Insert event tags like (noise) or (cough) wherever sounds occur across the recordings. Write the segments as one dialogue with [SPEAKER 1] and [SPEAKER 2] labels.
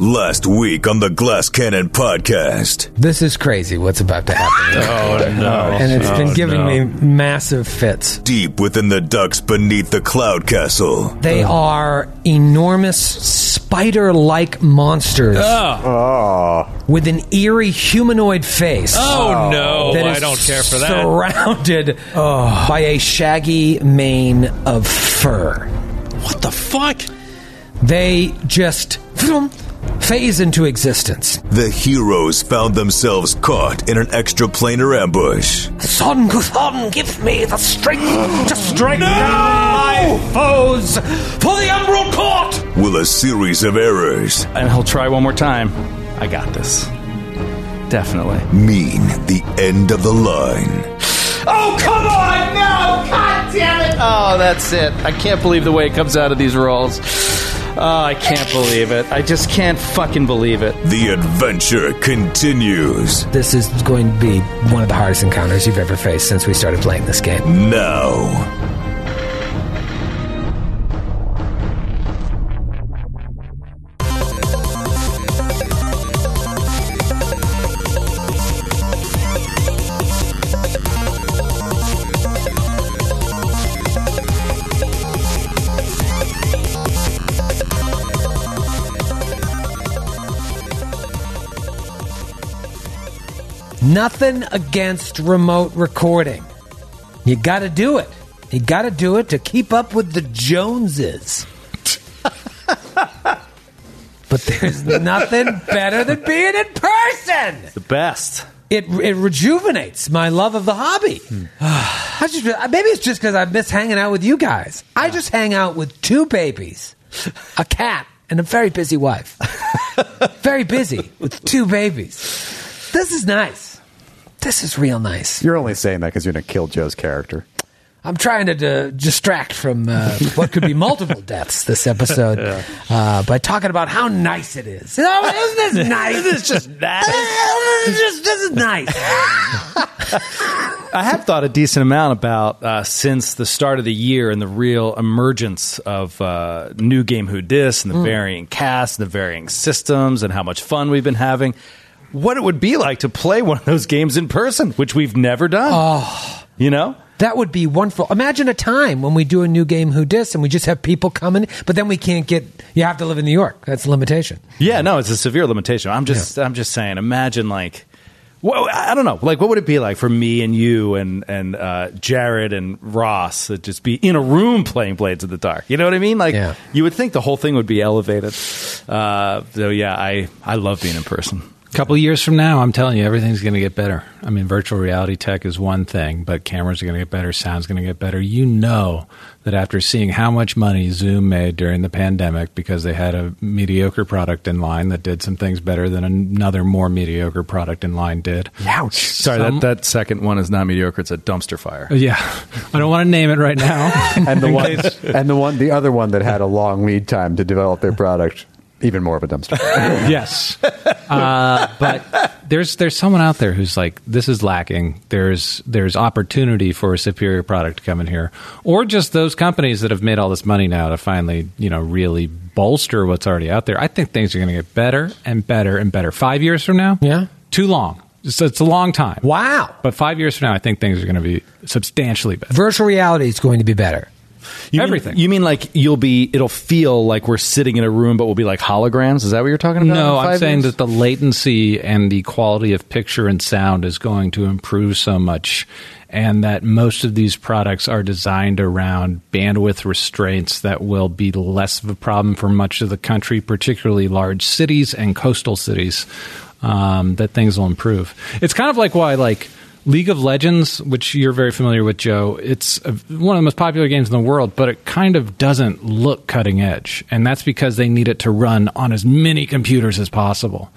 [SPEAKER 1] Last week on the Glass Cannon podcast.
[SPEAKER 2] This is crazy what's about to
[SPEAKER 3] (laughs)
[SPEAKER 2] happen.
[SPEAKER 3] Oh no!
[SPEAKER 2] and it's
[SPEAKER 3] it's
[SPEAKER 2] been giving me massive fits.
[SPEAKER 1] Deep within the ducks beneath the cloud castle,
[SPEAKER 2] They are enormous spider like monsters with an eerie humanoid face.
[SPEAKER 3] Oh no!
[SPEAKER 2] that
[SPEAKER 3] I
[SPEAKER 2] is
[SPEAKER 3] don't care for that.
[SPEAKER 2] Surrounded by a shaggy mane of fur.
[SPEAKER 3] what the fuck?
[SPEAKER 2] They just vroom, phase into existence.
[SPEAKER 1] the heroes found themselves caught in an extraplanar ambush.
[SPEAKER 2] Son Guthon, give me the strength to strike down my foes for the Emerald Court!
[SPEAKER 1] Will a series of errors
[SPEAKER 4] And he'll try one more time. I got this. Definitely.
[SPEAKER 1] mean the end of the line?
[SPEAKER 4] Oh, come on! No! God damn it! Oh, that's it. I can't believe the way it comes out of these rolls. Oh, I can't believe it. I just can't fucking believe it.
[SPEAKER 1] The adventure continues
[SPEAKER 2] This is going to be one of the hardest encounters you've ever faced since we started playing this game.
[SPEAKER 1] now.
[SPEAKER 2] Nothing against remote recording. You gotta do it. You gotta do it to keep up with the Joneses. (laughs) but there's nothing better than being in person!
[SPEAKER 4] The best. Hmm.
[SPEAKER 2] It, it rejuvenates my love of the hobby. (sighs) I just, maybe it's just because I miss hanging out with you guys. I just hang out with two babies, a cat, and a very busy wife.
[SPEAKER 4] (laughs)
[SPEAKER 2] very busy with two babies. This is nice. This is real nice.
[SPEAKER 5] You're only saying that because you're going to kill
[SPEAKER 2] (laughs)
[SPEAKER 5] Joe's character.
[SPEAKER 2] I'm trying to d- distract from uh, what could be (laughs) multiple deaths this episode uh, by talking about how nice it is. Oh, isn't (laughs) this nice?
[SPEAKER 4] (laughs)
[SPEAKER 2] Isn't this just nice? just, this is nice.
[SPEAKER 4] I have thought a decent amount about uh, since the start of the year and the real emergence of uh, new game Who Dis and the varying cast and the varying systems and how much fun we've been having. What it would be like to play one of those games in person, which we've never done. You know?
[SPEAKER 2] That would be wonderful. Imagine a time when we do a new game Who Dis and we just have people coming, but then we can't get. You have to live in New York. That's a limitation.
[SPEAKER 4] Yeah, no, it's a severe limitation. I'm just, I'm just saying. Imagine like, wha- I don't know, like what would it be like for me and you and and uh, Jared and Ross to just be in a room playing Blades of the Dark? You know what I mean? Like,
[SPEAKER 2] Yeah.
[SPEAKER 4] you would think the whole thing would be elevated. Uh, so yeah, I I love being in person.
[SPEAKER 6] couple years from now, I'm telling you, everything's going to get better. I mean, virtual reality tech is one thing, but cameras are going to get better, sound's going to get better. You know that after seeing how much money Zoom made during the pandemic because they had a mediocre product in line that did some things better than another more mediocre product in line did.
[SPEAKER 4] Ouch! Sorry,
[SPEAKER 6] Some-
[SPEAKER 4] that that second one is not mediocre. It's a dumpster fire.
[SPEAKER 6] Yeah, I don't want to name it right now.
[SPEAKER 5] And the one, (laughs) and the one, the other one that had a long lead time to develop their product, even more of a
[SPEAKER 2] (laughs)
[SPEAKER 5] dumpster. fire.
[SPEAKER 6] yes. Uh, but there's there's someone out there who's like, this is lacking. There's there's opportunity for a superior product to come in here, or just those companies that have made all this money now to finally you know really bolster what's already out there. I think things are going to get better and better and better. Five years from now,
[SPEAKER 2] Yeah.
[SPEAKER 6] too long. So it's a long time.
[SPEAKER 2] Wow.
[SPEAKER 6] But five years from now, I think things are going to be substantially better.
[SPEAKER 2] Virtual reality is going to be better.
[SPEAKER 4] You mean-
[SPEAKER 6] Everything.
[SPEAKER 4] you mean like you'll be? It'll feel like we're sitting in a room, but we'll be like holograms. Is that what you're talking about?
[SPEAKER 6] No,
[SPEAKER 4] in
[SPEAKER 6] I'm
[SPEAKER 4] five
[SPEAKER 6] saying
[SPEAKER 4] years?
[SPEAKER 6] that the latency and the quality of picture and sound is going to improve so much, and that most of these products are designed around bandwidth restraints that will be less of a problem for much of the country, particularly large cities and coastal cities. Um, that things will improve. It's kind of like why like. League of Legends, which you're very familiar with, Joe, it's a, one of the most popular games in the world, but it kind of doesn't look cutting edge. And that's because they need it to run on as many computers as possible.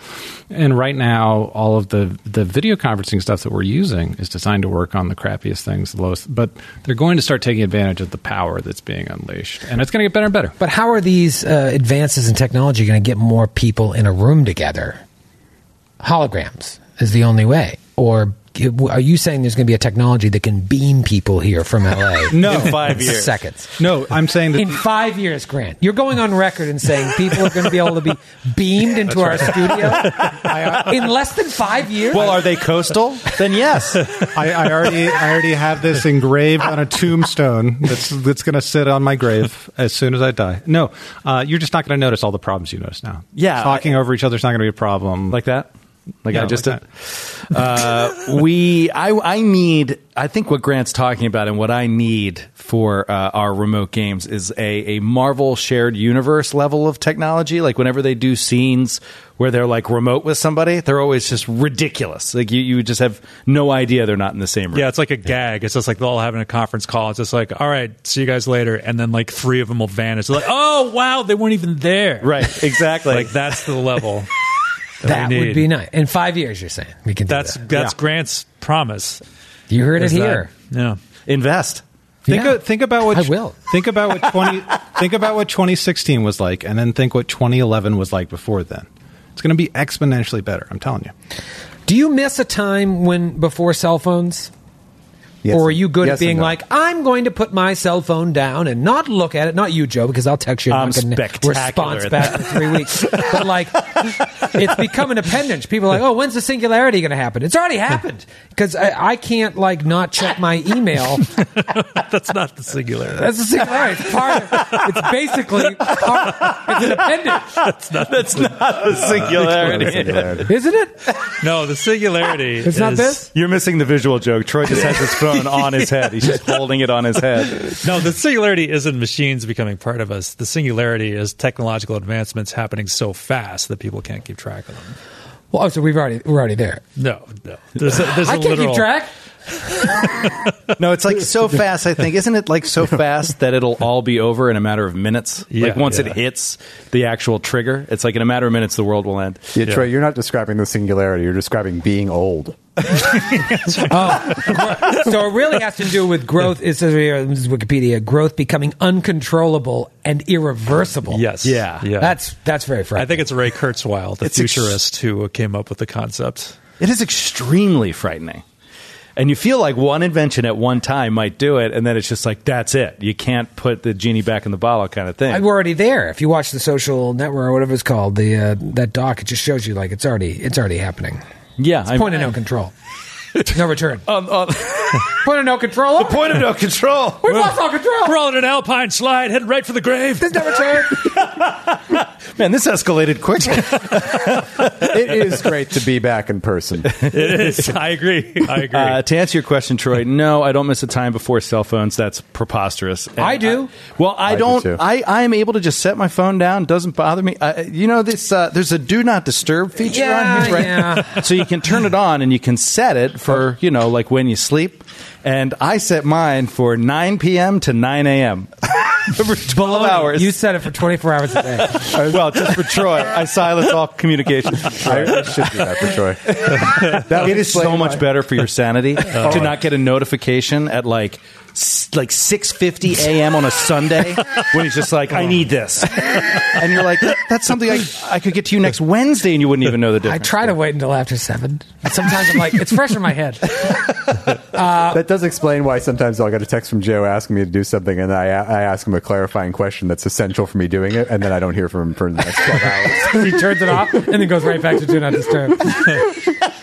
[SPEAKER 6] And right now, all of the, the video conferencing stuff that we're using is designed to work on the crappiest things, the lowest. But they're going to start taking advantage of the power that's being unleashed. And it's going to get better and better.
[SPEAKER 2] But how are these uh, advances in technology going to get more people in a room together? Holograms is the only way, or Are you saying there's going to be a technology that can beam people here from LA?
[SPEAKER 4] No.
[SPEAKER 2] in
[SPEAKER 4] Five years.
[SPEAKER 2] Seconds.
[SPEAKER 7] No, I'm saying
[SPEAKER 2] (laughs) In
[SPEAKER 7] that
[SPEAKER 2] five years, Grant, you're going on record and saying people are going to be able to be beamed into our studio in less than five years.
[SPEAKER 4] Well, are they
[SPEAKER 6] (laughs)
[SPEAKER 4] coastal? then yes.
[SPEAKER 6] I, I already I already have this engraved on a tombstone that's that's going to sit on my grave as soon as I die. No, uh, you're just not going to notice all the problems you notice now.
[SPEAKER 4] Yeah,
[SPEAKER 6] talking over each other is not going to be a problem.
[SPEAKER 4] like that like
[SPEAKER 6] Yeah,
[SPEAKER 4] i just
[SPEAKER 6] like
[SPEAKER 4] did uh, we I, I need i think what grant's talking about and what i need for uh, our remote games is a, a marvel shared universe level of technology like whenever they do scenes where they're like remote with somebody they're always just ridiculous like you, you just have no idea they're not in the same room
[SPEAKER 8] Yeah, it's like a gag. It's just like they're all having a conference call. It's just like, all right, see you guys later, and then like three of them will vanish. They're like, oh wow, they weren't even there.
[SPEAKER 4] right exactly
[SPEAKER 8] (laughs) Like that's the (laughs) level.
[SPEAKER 2] that
[SPEAKER 8] we
[SPEAKER 2] would
[SPEAKER 8] need.
[SPEAKER 2] be nice. In five years, you're saying we can do
[SPEAKER 8] That's
[SPEAKER 2] that.
[SPEAKER 8] that's Grant's promise.
[SPEAKER 2] You heard it
[SPEAKER 8] Is that-
[SPEAKER 2] here.
[SPEAKER 8] Yeah.
[SPEAKER 4] invest
[SPEAKER 6] Think,
[SPEAKER 2] Yeah.
[SPEAKER 6] o- think about what
[SPEAKER 2] I will.
[SPEAKER 6] Think about
[SPEAKER 2] (laughs)
[SPEAKER 6] what twenty. think about what 2016 was like, and then think what 2011 was like before then. It's going to be exponentially better. I'm telling you.
[SPEAKER 2] Do you miss a time when before cell phones?
[SPEAKER 5] Yes
[SPEAKER 2] or are
[SPEAKER 5] and-
[SPEAKER 2] you good
[SPEAKER 5] yes
[SPEAKER 2] at being
[SPEAKER 5] and no.
[SPEAKER 2] like, I'm going to put my cell phone down and not look at it? Not you, Joe, because I'll text you
[SPEAKER 4] I'm
[SPEAKER 2] a fucking
[SPEAKER 4] spectacular
[SPEAKER 2] response
[SPEAKER 4] at
[SPEAKER 2] back in three weeks. But like, it's become an appendage. People are like, oh, when's the singularity going to happen? It's already happened because I, I can't like not check my email.
[SPEAKER 8] That's not the (laughs) singularity.
[SPEAKER 2] That's the singularity. It's part. Of, it's basically part, it's an appendage,
[SPEAKER 4] that's not a singularity
[SPEAKER 2] isn't it?
[SPEAKER 8] (laughs) No, the (laughs) singularity
[SPEAKER 2] It's
[SPEAKER 8] is
[SPEAKER 2] not this.
[SPEAKER 4] (laughs) you're missing the visual joke troy just has his phone on his head he's just holding it on his head
[SPEAKER 8] No, the singularity isn't machines becoming part of us. The singularity is technological advancements happening so fast that people can't keep track of them.
[SPEAKER 2] Well, oh, so we've already we're already there.
[SPEAKER 8] No, no. There's a, there's a
[SPEAKER 2] I can't
[SPEAKER 8] literal,
[SPEAKER 2] keep track.
[SPEAKER 4] No, it's like
[SPEAKER 8] (laughs)
[SPEAKER 4] so fast. I think isn't it like so fast that it'll all be over in a matter of minutes? like
[SPEAKER 8] Yeah,
[SPEAKER 4] once
[SPEAKER 8] yeah.
[SPEAKER 4] it hits the actual trigger, it's like in a matter of minutes the world will end.
[SPEAKER 5] Yeah, Troy, you're not describing the singularity. You're describing
[SPEAKER 2] (laughs)
[SPEAKER 5] being old.
[SPEAKER 2] Oh. so it really has to do with growth. It says here, this is Wikipedia: growth becoming uncontrollable and irreversible.
[SPEAKER 8] Yes.
[SPEAKER 4] Yeah.
[SPEAKER 8] Yeah.
[SPEAKER 2] that's that's very
[SPEAKER 8] I
[SPEAKER 2] frightening.
[SPEAKER 8] think it's Ray Kurzweil, the
[SPEAKER 4] It's ex-
[SPEAKER 8] futurist, who came up with the concept.
[SPEAKER 4] It is extremely frightening, and you feel like one invention at one time might do it, and then it's just like that's it. You can't put the genie back in the bottle, kind of thing.
[SPEAKER 2] I- we're already there. If you watch the social network or whatever it's called, the uh, that doc, it just shows you like it's already it's already happening.
[SPEAKER 4] yeah, I'm- (laughs)
[SPEAKER 2] Point of no control, no return.
[SPEAKER 8] Oh.
[SPEAKER 4] Um, um,
[SPEAKER 2] Point of no control. The
[SPEAKER 4] point of no control.
[SPEAKER 2] We've lost all control.
[SPEAKER 8] We're all in an alpine slide, heading right for the (laughs) grave.
[SPEAKER 2] There's no return.
[SPEAKER 4] Man, this escalated quick.
[SPEAKER 8] (laughs)
[SPEAKER 5] It is great to be back
[SPEAKER 2] (laughs)
[SPEAKER 5] in person.
[SPEAKER 8] It is. I agree. I agree.
[SPEAKER 4] Uh, to answer your question, Troy, no, I don't miss a time before cell phones. That's preposterous. And
[SPEAKER 2] I do.
[SPEAKER 4] well, I,
[SPEAKER 5] I do
[SPEAKER 4] don't.
[SPEAKER 5] too.
[SPEAKER 4] I I am able to just set my phone down. Doesn't bother me. Uh, you know this. Uh, there's a do not disturb feature on
[SPEAKER 2] Yeah,
[SPEAKER 4] here, right?
[SPEAKER 2] yeah.
[SPEAKER 4] (laughs) so you can turn it on and you can set it for you know like when you sleep. And I set mine for 9 p.m. to 9 a.m. (laughs) for 12 hours.
[SPEAKER 2] You said it for 24 hours a day.
[SPEAKER 4] well, just for Troy, I silence
[SPEAKER 2] (laughs)
[SPEAKER 4] all communication.
[SPEAKER 5] I should do that for Troy. That would
[SPEAKER 4] It is so
[SPEAKER 5] explain
[SPEAKER 4] much
[SPEAKER 5] why-
[SPEAKER 4] better for your (laughs) sanity to not get a notification at like s- like 6:50 a.m. on a Sunday when he's just like I need
[SPEAKER 8] (laughs)
[SPEAKER 4] this. And you're like that's something I, I could get to you next Wednesday and you wouldn't even know the
[SPEAKER 2] I
[SPEAKER 4] difference.
[SPEAKER 2] try to wait until after seven. Sometimes I'm like, it's fresh in my head.
[SPEAKER 5] That does explain why sometimes I'll get a text from Joe asking me to do something, and I, I ask him a clarifying question that's essential for me doing it, and then I don't hear from him for the next 12
[SPEAKER 2] (laughs)
[SPEAKER 5] hours.
[SPEAKER 2] he turns it off and then goes right back to do not disturb.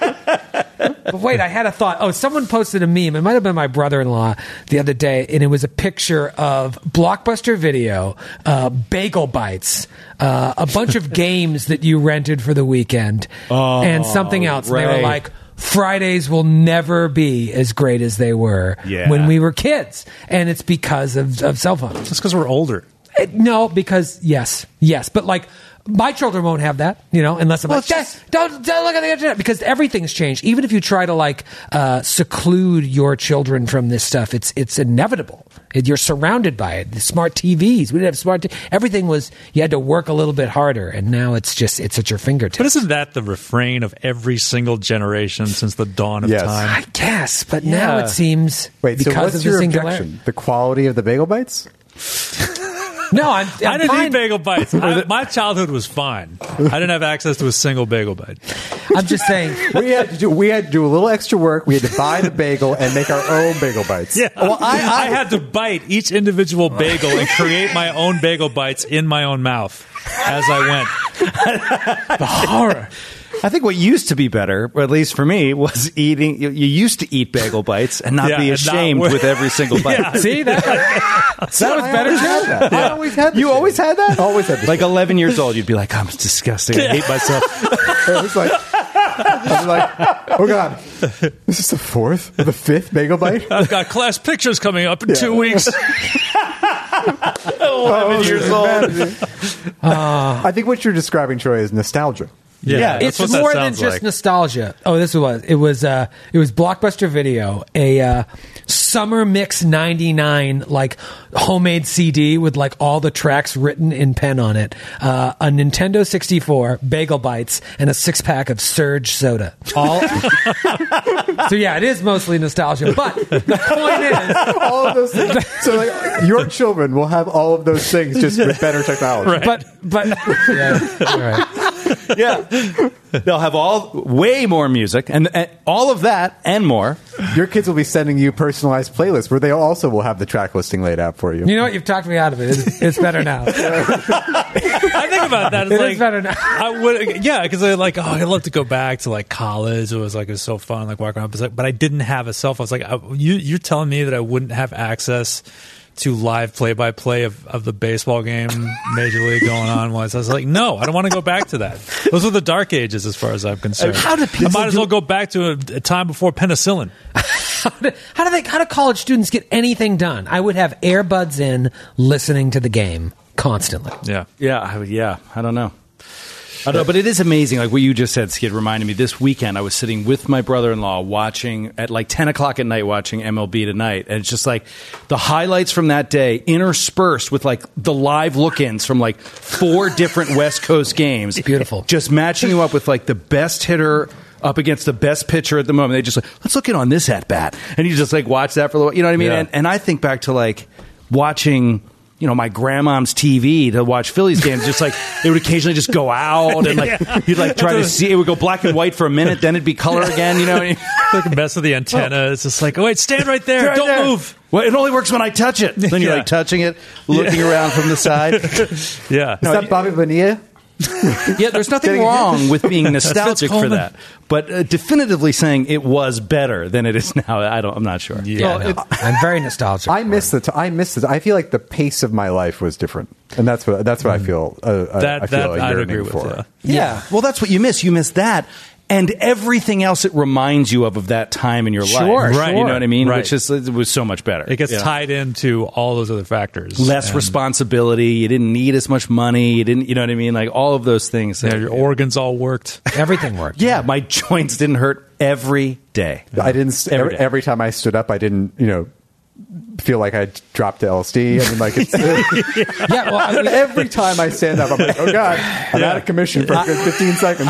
[SPEAKER 2] but wait, I had a thought. Oh, someone posted a meme. It might have been my brother-in-law the other day, and it was a picture of Blockbuster Video, uh, Bagel Bites, uh, a bunch of games that you rented for the weekend, and something else. And they
[SPEAKER 4] Oh, right.
[SPEAKER 2] were like. Fridays will never be as great as they were
[SPEAKER 4] Yeah.
[SPEAKER 2] when we were kids, and it's because of, of cell phones.
[SPEAKER 8] Just because we're older.
[SPEAKER 2] It- no, because yes, yes, but like my children won't have that, you know, unless I'm like,
[SPEAKER 4] it's just-
[SPEAKER 2] "Dad, don't, don't look at the internet because everything's changed. Even if you try to like uh, seclude your children from this stuff, it's it's inevitable. It- You're surrounded by it. The smart TVs, we didn't have smart. T- everything was you had to work a little bit harder, and now it's just it's at your
[SPEAKER 8] But
[SPEAKER 2] fingertips.
[SPEAKER 8] isn't that the refrain of every single generation since the dawn of
[SPEAKER 5] Yes.
[SPEAKER 8] time?
[SPEAKER 2] I guess, but now
[SPEAKER 4] Yeah.
[SPEAKER 2] it seems
[SPEAKER 5] Wait,
[SPEAKER 2] because
[SPEAKER 5] so what's
[SPEAKER 2] of the
[SPEAKER 5] your
[SPEAKER 2] singularity.
[SPEAKER 5] objection? The quality of the bagel bites?
[SPEAKER 2] No, I'm, I'm
[SPEAKER 8] I didn't
[SPEAKER 2] fine.
[SPEAKER 8] eat bagel bites. I, my childhood was fine. I didn't have access to a single
[SPEAKER 4] (laughs)
[SPEAKER 8] bagel bite.
[SPEAKER 2] I'm just saying.
[SPEAKER 5] we had to do we had to do a little extra work. We had to buy the bagel and make our own bagel bites.
[SPEAKER 8] Yeah. Well, I, (laughs) I, had to bite each individual bagel and create my own bagel bites in my own mouth as I went.
[SPEAKER 2] Horror.
[SPEAKER 4] I think what used to be better, or at least for me, was eating. You, you used to eat bagel bites and not
[SPEAKER 8] Yeah,
[SPEAKER 4] be
[SPEAKER 8] and not
[SPEAKER 4] ashamed
[SPEAKER 8] wor-
[SPEAKER 4] with every single bite.
[SPEAKER 2] See that? that was better
[SPEAKER 5] always
[SPEAKER 2] too.
[SPEAKER 5] had that. I always had that.
[SPEAKER 4] You always had that.
[SPEAKER 5] (laughs) Always had that.
[SPEAKER 4] Like 11 years old, you'd be like, "I'm disgusting. I hate myself." (laughs)
[SPEAKER 5] I was like, I was like, oh god, this is the fourth, or the fifth bagel bite.
[SPEAKER 8] I've got class pictures coming up in two
[SPEAKER 4] (laughs)
[SPEAKER 8] weeks.
[SPEAKER 5] Eleven
[SPEAKER 8] years
[SPEAKER 5] Oh, Ah. I think what you're describing, Troy, is nostalgia.
[SPEAKER 8] Yeah,
[SPEAKER 2] it's more than just nostalgia. Oh, this was it was uh it was blockbuster video, a uh, summer mix '99 like homemade CD with like all the tracks written in pen on it, uh, a Nintendo 64, bagel bites, and a six pack of Surge soda. All (laughs) so yeah, it is mostly nostalgia. But the point is.
[SPEAKER 5] All of those things. So, like, your children will have all of those things just with better technology.
[SPEAKER 2] But but (laughs) yeah, all right.
[SPEAKER 4] yeah, they'll have all way more music and, and all of that and more.
[SPEAKER 5] Your kids will be sending you personalized playlists where they also will have the track listing laid out for you.
[SPEAKER 2] you know what? You've talked me out of it. It's, it's better now.
[SPEAKER 8] I think
[SPEAKER 2] (laughs)
[SPEAKER 8] about that.
[SPEAKER 2] It is
[SPEAKER 8] It's like,
[SPEAKER 2] better now.
[SPEAKER 8] I would, yeah, because I like. Oh, I love to go back to like college. It was like it was so fun, like walking around. But, it's like- but I didn't have a cell phone. It's like I, you, you're telling me that I wouldn't have access to live play-by-play of, of the baseball game, (laughs) major league going on. Was I was like, no, I don't want to go back to that. Those were the dark ages, as far as I'm concerned.
[SPEAKER 2] How do
[SPEAKER 8] I
[SPEAKER 2] people
[SPEAKER 8] might as
[SPEAKER 2] do-
[SPEAKER 8] well go back to a, a time before penicillin.
[SPEAKER 2] How do they? How do college students get anything done? I would have earbuds in, listening to the game constantly.
[SPEAKER 8] Yeah.
[SPEAKER 4] Yeah, I, would- yeah. I don't know. I don't know, but it is amazing. Like what you just said, Skid reminded me. This weekend, I was sitting with my brother-in-law watching at like ten o'clock at night, watching MLB tonight, and it's just like the highlights from that day interspersed with like the live look-ins from like four (laughs) different West Coast games.
[SPEAKER 2] Beautiful.
[SPEAKER 4] Just matching you up with like the best hitter up against the best pitcher at the moment. They just like let's look in on this at bat, and you just like watch that for a little. You know what I mean?
[SPEAKER 5] Yeah.
[SPEAKER 4] And, and I think back to like watching you know my grandmom's TV to watch Phillies games. Just like it would occasionally just go out and like you'd like try to see it would go black and white for a minute, then it'd be color again. You know. What I mean?
[SPEAKER 8] It's like mess with the antenna. It's just like, oh wait, stand right there.
[SPEAKER 4] Right
[SPEAKER 8] don't
[SPEAKER 4] there.
[SPEAKER 8] move.
[SPEAKER 4] Well, it only works when I touch it. Then you're
[SPEAKER 8] Yeah.
[SPEAKER 4] like touching it, looking around from the side.
[SPEAKER 8] Yeah.
[SPEAKER 5] Is that Bobby Bonilla?
[SPEAKER 4] Yeah, there's nothing
[SPEAKER 5] Getting-
[SPEAKER 4] (laughs) wrong with being nostalgic for
[SPEAKER 8] Coleman.
[SPEAKER 4] that, but uh, definitively saying it was better than it is (laughs) now. I don't. I'm not sure.
[SPEAKER 2] Yeah, no, I'm very nostalgic.
[SPEAKER 5] I miss the. T- I miss the. I feel like the pace of my life was different, and that's what that's what I feel. Uh, uh,
[SPEAKER 8] Mm. That-
[SPEAKER 5] I feel
[SPEAKER 8] that
[SPEAKER 5] a
[SPEAKER 8] I'd
[SPEAKER 5] yearning
[SPEAKER 8] agree with,
[SPEAKER 5] for.
[SPEAKER 8] yeah.
[SPEAKER 4] Yeah. Well, that's what you miss. You miss that and everything else it reminds you of of that time in your
[SPEAKER 2] Sure,
[SPEAKER 4] life.
[SPEAKER 2] Right.
[SPEAKER 4] You know what I mean?
[SPEAKER 8] sure.
[SPEAKER 4] Which is uh, it was so much better.
[SPEAKER 8] It gets
[SPEAKER 4] Yeah.
[SPEAKER 8] tied into all those other factors.
[SPEAKER 4] Less
[SPEAKER 8] And-
[SPEAKER 4] responsibility. You didn't need as much money. You didn't. You know what I mean? Like all of those things.
[SPEAKER 8] Yeah, your organs all worked.
[SPEAKER 2] Everything
[SPEAKER 4] (laughs)
[SPEAKER 2] worked.
[SPEAKER 4] yeah, my joints didn't hurt every day.
[SPEAKER 5] I didn't. St-
[SPEAKER 4] Every
[SPEAKER 5] every,
[SPEAKER 4] day.
[SPEAKER 5] every time I stood up, I didn't. You know, feel like I dropped the LSD. I mean, like it's,
[SPEAKER 8] (laughs)
[SPEAKER 2] Yeah, well, I mean,
[SPEAKER 5] every time I stand up, I'm like, oh god, I'm out of commission for a good 15
[SPEAKER 8] (laughs)
[SPEAKER 5] seconds.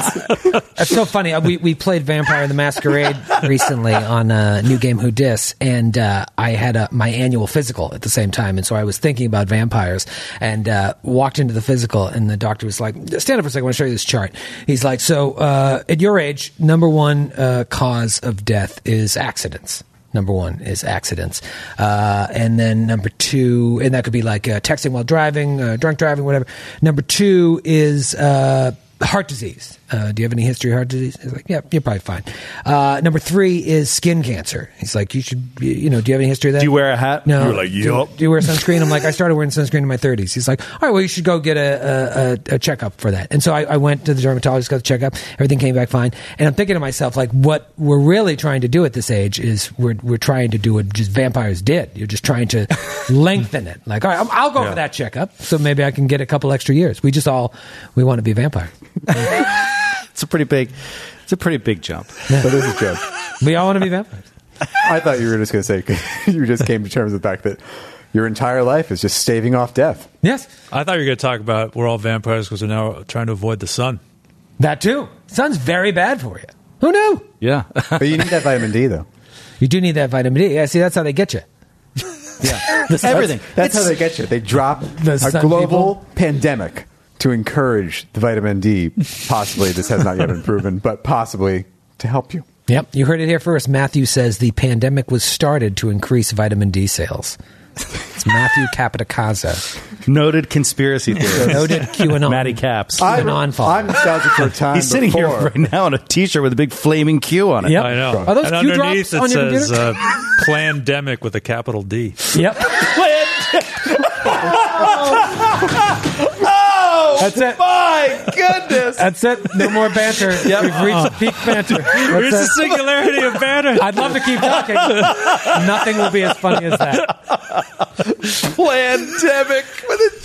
[SPEAKER 2] it's so funny. Uh, We we played Vampire the Masquerade recently on uh, New Game Who Dis, and uh, I had a, my annual physical at the same time, and so I was thinking about vampires and uh, walked into the physical, and the doctor was like, "Stand up for a second. I want to show you this chart." He's like, "So uh, at your age, number one uh, cause of death is accidents." Number one is accidents. Uh, and then number two, and that could be like uh, texting while driving, uh, drunk driving, whatever. Number two is uh, heart disease. Uh, do you have any history of heart disease? He's like, yeah, you're probably fine. Uh, number three is skin cancer. He's like, you should, you know, do you have any history of that?
[SPEAKER 4] Do you wear a hat?
[SPEAKER 2] No.
[SPEAKER 4] You were like,
[SPEAKER 2] Do you-
[SPEAKER 4] yup.
[SPEAKER 2] Do, you wear sunscreen? I'm like, I started wearing sunscreen in my 30s. He's like, all right, well, you should go get a, a, a, a checkup for that. And so I, I went to the dermatologist, got the checkup. Everything came back fine. And I'm thinking to myself, like, what we're really trying to do at this age is we're, we're trying to do what just vampires did. You're just trying
[SPEAKER 4] (laughs)
[SPEAKER 2] to lengthen it. Like, all right, I'm- I'll go for that checkup. So maybe I can get a couple extra years. We just all, we want to be a vampire.
[SPEAKER 4] It's a pretty big. It's a pretty big jump.
[SPEAKER 5] That is a joke.
[SPEAKER 2] We all want to be vampires.
[SPEAKER 5] I thought you were just going to say (laughs) you just came to terms with the fact that your entire life is just staving off death.
[SPEAKER 2] Yes,
[SPEAKER 8] I thought you were going to talk about we're all vampires because we're now trying to avoid the sun.
[SPEAKER 2] that too. Sun's very bad for you. Who knew?
[SPEAKER 4] Yeah. (laughs)
[SPEAKER 5] But you need that vitamin D though.
[SPEAKER 2] You do need that vitamin D. Yeah, see, that's how they get you.
[SPEAKER 5] Yeah,
[SPEAKER 4] That's- Everything.
[SPEAKER 5] (laughs) That's how
[SPEAKER 4] It's-
[SPEAKER 5] they get you. They drop
[SPEAKER 2] The
[SPEAKER 5] a
[SPEAKER 2] sun
[SPEAKER 5] global
[SPEAKER 2] people?
[SPEAKER 5] pandemic to encourage the vitamin D. Possibly, this has not yet been proven, but possibly to help you.
[SPEAKER 2] Yep, you heard it here first. Matthew says the pandemic was started to increase vitamin D sales. It's Matthew Capitacasa,
[SPEAKER 4] Noted conspiracy theorist.
[SPEAKER 2] noted QAnon.
[SPEAKER 4] Matty Caps.
[SPEAKER 2] I- Even on fall.
[SPEAKER 5] I'm nostalgic for a time.
[SPEAKER 4] He's sitting here
[SPEAKER 5] before.
[SPEAKER 4] right now in a T-shirt with a big flaming Q on it.
[SPEAKER 2] Yep.
[SPEAKER 8] I know.
[SPEAKER 2] Are those
[SPEAKER 8] and
[SPEAKER 2] Q
[SPEAKER 8] underneath
[SPEAKER 2] drops on
[SPEAKER 8] it
[SPEAKER 2] your
[SPEAKER 8] says
[SPEAKER 2] computer?
[SPEAKER 8] uh, "Plandemic" with a capital D.
[SPEAKER 2] Yep,
[SPEAKER 4] Oh,
[SPEAKER 2] That's it.
[SPEAKER 4] My goodness. (laughs)
[SPEAKER 2] that's it. No more banter. We've reached peak banter.
[SPEAKER 8] Here's the
[SPEAKER 2] That's it.
[SPEAKER 8] singularity of banner.
[SPEAKER 2] (laughs) I'd love to keep talking. Nothing will be as funny as that.
[SPEAKER 4] Pandemic with a
[SPEAKER 2] And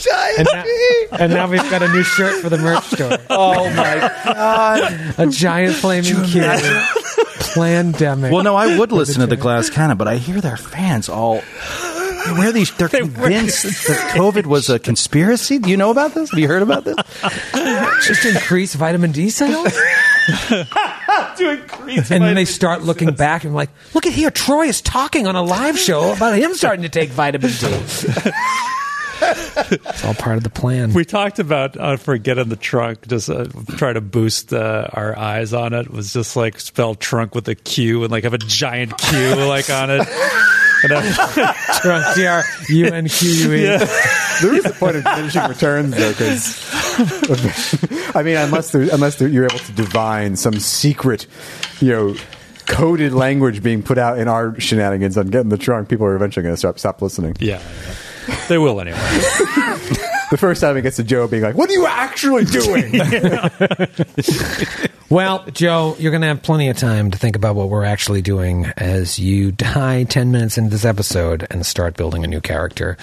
[SPEAKER 4] giant
[SPEAKER 2] now, and now we've got a new shirt for the merch store.
[SPEAKER 4] (laughs) Oh my.
[SPEAKER 2] A giant flaming Q. Plandemic.
[SPEAKER 4] Well, no,
[SPEAKER 2] (laughs)
[SPEAKER 4] I would listen to the Glass Cannon, but I hear their fans all. They wear these.
[SPEAKER 2] (laughs)
[SPEAKER 4] They're convinced that COVID was a conspiracy. Do you know about this? Have you heard about (laughs) this?
[SPEAKER 2] just increase vitamin D sales?
[SPEAKER 4] (laughs)
[SPEAKER 2] and then they start looking back and like, look at here, Troy is talking on a live show about him starting to take vitamin
[SPEAKER 4] (laughs)
[SPEAKER 2] D. it's all part of the plan.
[SPEAKER 8] We talked about uh, for get in the trunk, just uh, try to boost uh, our eyes on it. Was just like spell trunk with a Q and like have a giant Q like on it. And I, (laughs)
[SPEAKER 2] Trump, (laughs) T R U N Q U E.
[SPEAKER 5] There is a point of diminishing returns, though, because (laughs) I mean, unless there, unless there, you're able to divine some secret, you know, coded language being put out in our shenanigans on getting the trunk, people are eventually going to stop stop listening.
[SPEAKER 8] yeah, yeah. they will anyway.
[SPEAKER 5] The first time it gets to Joe being like, "What are you actually doing?"
[SPEAKER 2] Well, Joe, you're going to have plenty of time to think about what we're actually doing as you (laughs) die 10 minutes into this episode and start building a new character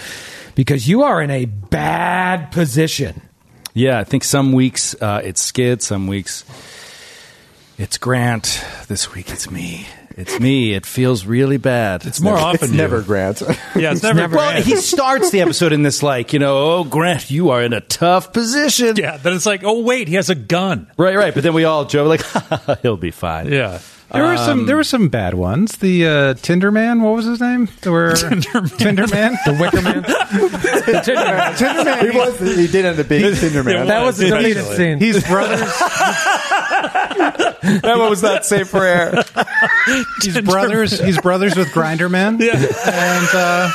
[SPEAKER 2] because you are in a bad
[SPEAKER 6] (laughs)
[SPEAKER 2] position.
[SPEAKER 4] Yeah, I think some weeks uh, it's Skid, some weeks it's Grant. This week it's me. It's me. It feels really bad.
[SPEAKER 8] It's more often
[SPEAKER 5] it's
[SPEAKER 8] you.
[SPEAKER 5] never Grant. (laughs)
[SPEAKER 8] Yeah, it's, never.
[SPEAKER 4] Well, he starts the episode in this like, you know, oh Grant, you are in a tough position.
[SPEAKER 8] yeah, then it's like, oh wait, he has a gun.
[SPEAKER 4] Right, right. But then we all joke like, (laughs) he'll be fine.
[SPEAKER 8] Yeah,
[SPEAKER 6] There were some. There were some bad ones. The uh, Tinder man. What was his name? Where, Tinder man.
[SPEAKER 2] The Wicker Man. The Tin Man.
[SPEAKER 6] Tinder
[SPEAKER 5] he
[SPEAKER 6] man.
[SPEAKER 5] was. He did end up being Tinderman.
[SPEAKER 2] That was a deleted scene.
[SPEAKER 6] He's (laughs) brothers.
[SPEAKER 4] that one was not safe for air.
[SPEAKER 6] He's brothers. He's brothers with Grinder Man. Yeah, and uh,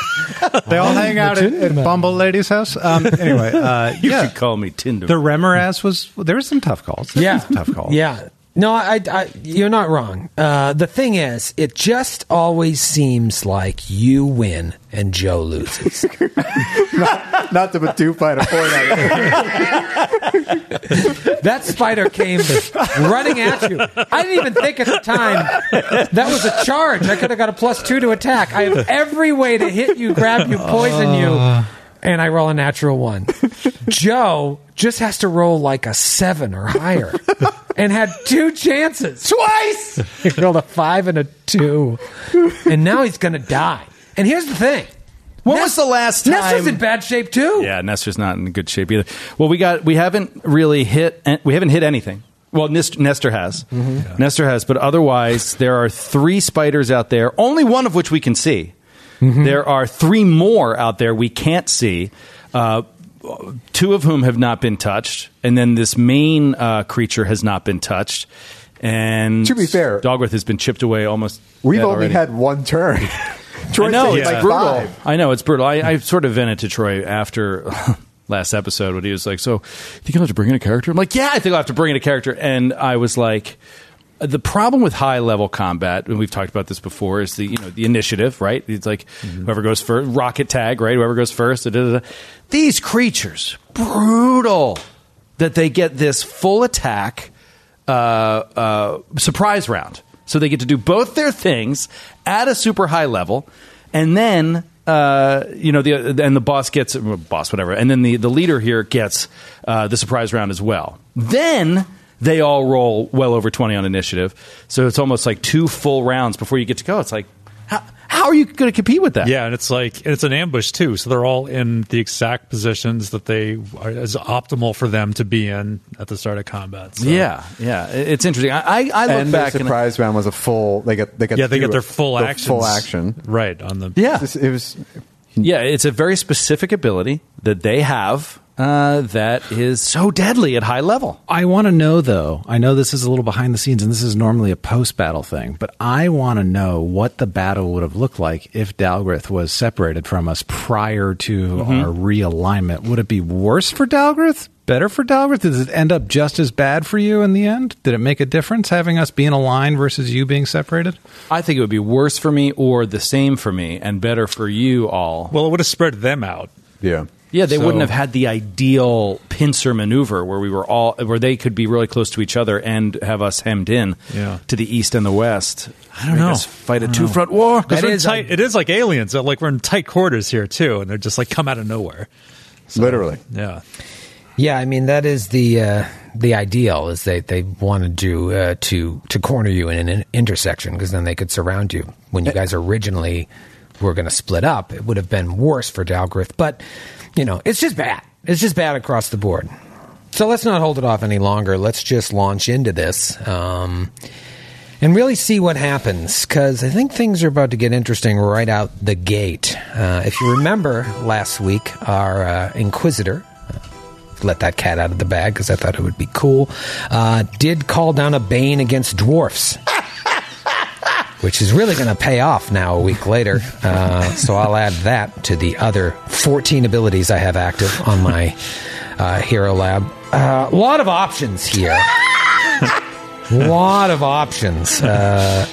[SPEAKER 6] they all hang out at, at Bumble Lady's house. Um, anyway, uh,
[SPEAKER 4] You
[SPEAKER 6] yeah.
[SPEAKER 4] should call me Tinder.
[SPEAKER 6] The Remoras was there were some tough calls. There
[SPEAKER 2] yeah,
[SPEAKER 6] were some tough calls.
[SPEAKER 2] Yeah, no, I, I, you're not wrong. Uh, the thing is, it just always seems like you win and Joe loses.
[SPEAKER 5] Not to put two fight a point on it.
[SPEAKER 2] that spider came running at you. I didn't even think at the time that was a charge. I could have got a plus two to attack. I have every way to hit you, grab you, poison you. And I roll a natural one. Joe just has to roll like a seven or higher and had two chances.
[SPEAKER 4] Twice.
[SPEAKER 2] He rolled a five and a two, and now he's gonna die. And here's the thing:
[SPEAKER 4] When was the last
[SPEAKER 2] Ness is
[SPEAKER 4] time-
[SPEAKER 2] in bad shape too.
[SPEAKER 4] Yeah, Nestor's not in good shape either. Well, we got we haven't really hit eh, we haven't hit anything. Well, Nest- Nestor has.
[SPEAKER 5] Mm-hmm.
[SPEAKER 4] Nestor has, but otherwise there are three spiders out there, only one of which we can see.
[SPEAKER 5] Mm-hmm.
[SPEAKER 4] There are three more out there we can't see. Uh, two of whom have not been touched, and then this main uh, creature has not been touched. And
[SPEAKER 5] To be fair-
[SPEAKER 4] Dogworth has been chipped away almost.
[SPEAKER 5] We've
[SPEAKER 4] dead
[SPEAKER 5] only
[SPEAKER 4] already.
[SPEAKER 5] had one turn.
[SPEAKER 4] (laughs)
[SPEAKER 5] Troy
[SPEAKER 4] I know
[SPEAKER 5] saved
[SPEAKER 4] it's
[SPEAKER 5] like
[SPEAKER 4] brutal.
[SPEAKER 5] five.
[SPEAKER 4] I know it's brutal. I, I sort of vented to Troy after (laughs) last episode when he was like, "So, think I'll have to bring in a character?" I'm like, "Yeah, I think I'll have to bring in a character." And I was like, "The problem with high level combat, and we've talked about this before, is the you know the initiative, right? It's like
[SPEAKER 5] Mm-hmm.
[SPEAKER 4] whoever goes first, rocket tag, right? Whoever goes first. Da, da, da. These creatures, brutal, that they get this full attack." uh, uh, surprise round. So they get to do both their things at a super high level, and then uh, you know the and the boss gets well, boss whatever, and then the the leader here gets uh, the surprise round as well. Then they all roll well over twenty on initiative, so it's almost like two full rounds before you get to go. It's like how, how are you going to compete with that?
[SPEAKER 8] Yeah, and it's like and it's an ambush too. So they're all in the exact positions that they are is optimal for them to be in at the start of combat. So.
[SPEAKER 4] Yeah, yeah, It- it's interesting. I, I, I look
[SPEAKER 5] And the
[SPEAKER 4] back and
[SPEAKER 5] surprise round was a full. They got. They got.
[SPEAKER 8] yeah, they
[SPEAKER 5] two
[SPEAKER 8] get their
[SPEAKER 5] of-
[SPEAKER 8] full
[SPEAKER 5] the
[SPEAKER 8] action,
[SPEAKER 5] Full action.
[SPEAKER 8] right on the
[SPEAKER 4] yeah,
[SPEAKER 5] This- It was
[SPEAKER 4] Yeah, it's a very specific ability that they have uh, that is so deadly at high level.
[SPEAKER 7] I want to know though. I know this is a little behind the scenes, and this is normally a post-battle thing, but I want to know what the battle would have looked like if Dalgrith was separated from us prior to our realignment. Would it be worse for Dalgrith? Better for Dalgrith? Does it end up just as bad for you in the end? Did it make a difference having us being aligned versus you being separated?
[SPEAKER 4] I think it would be worse for me or the same for me and better for you all.
[SPEAKER 8] Well, it would have spread them out.
[SPEAKER 5] Yeah.
[SPEAKER 4] Yeah, they
[SPEAKER 7] So-
[SPEAKER 4] wouldn't have had the ideal pincer maneuver where we were all where they could be really close to each other and have us hemmed in
[SPEAKER 8] Yeah.
[SPEAKER 4] to the east and the west. I
[SPEAKER 8] don't know.
[SPEAKER 4] fight a two front war.
[SPEAKER 8] Because
[SPEAKER 2] That
[SPEAKER 8] we're in
[SPEAKER 2] is,
[SPEAKER 8] tight,
[SPEAKER 2] I-
[SPEAKER 8] it is like aliens. uh, Like we're in tight quarters here too, and they're just like come out of nowhere.
[SPEAKER 5] Literally.
[SPEAKER 8] Yeah,
[SPEAKER 2] Yeah, I mean that is the uh, the ideal is they they wanted to uh, to to corner you in an in- intersection because then they could surround you. When you guys originally were going to split up, it would have been worse for Dalgrith. But you know, it's just bad. It's just bad across the board. So let's not hold it off any longer. Let's just launch into this. Um, and really see what happens because I think things are about to get interesting right out the gate. Uh, if you remember last week, our uh, Inquisitor. uh, Let that cat out of the bag because I thought it would be cool. Uh, did call down a bane against dwarfs, (laughs) which is really going to pay off now a week later. Uh, so I'll add that to the other 14 abilities I have active on my uh, hero lab. A lot of options here (laughs) lot of options. Uh,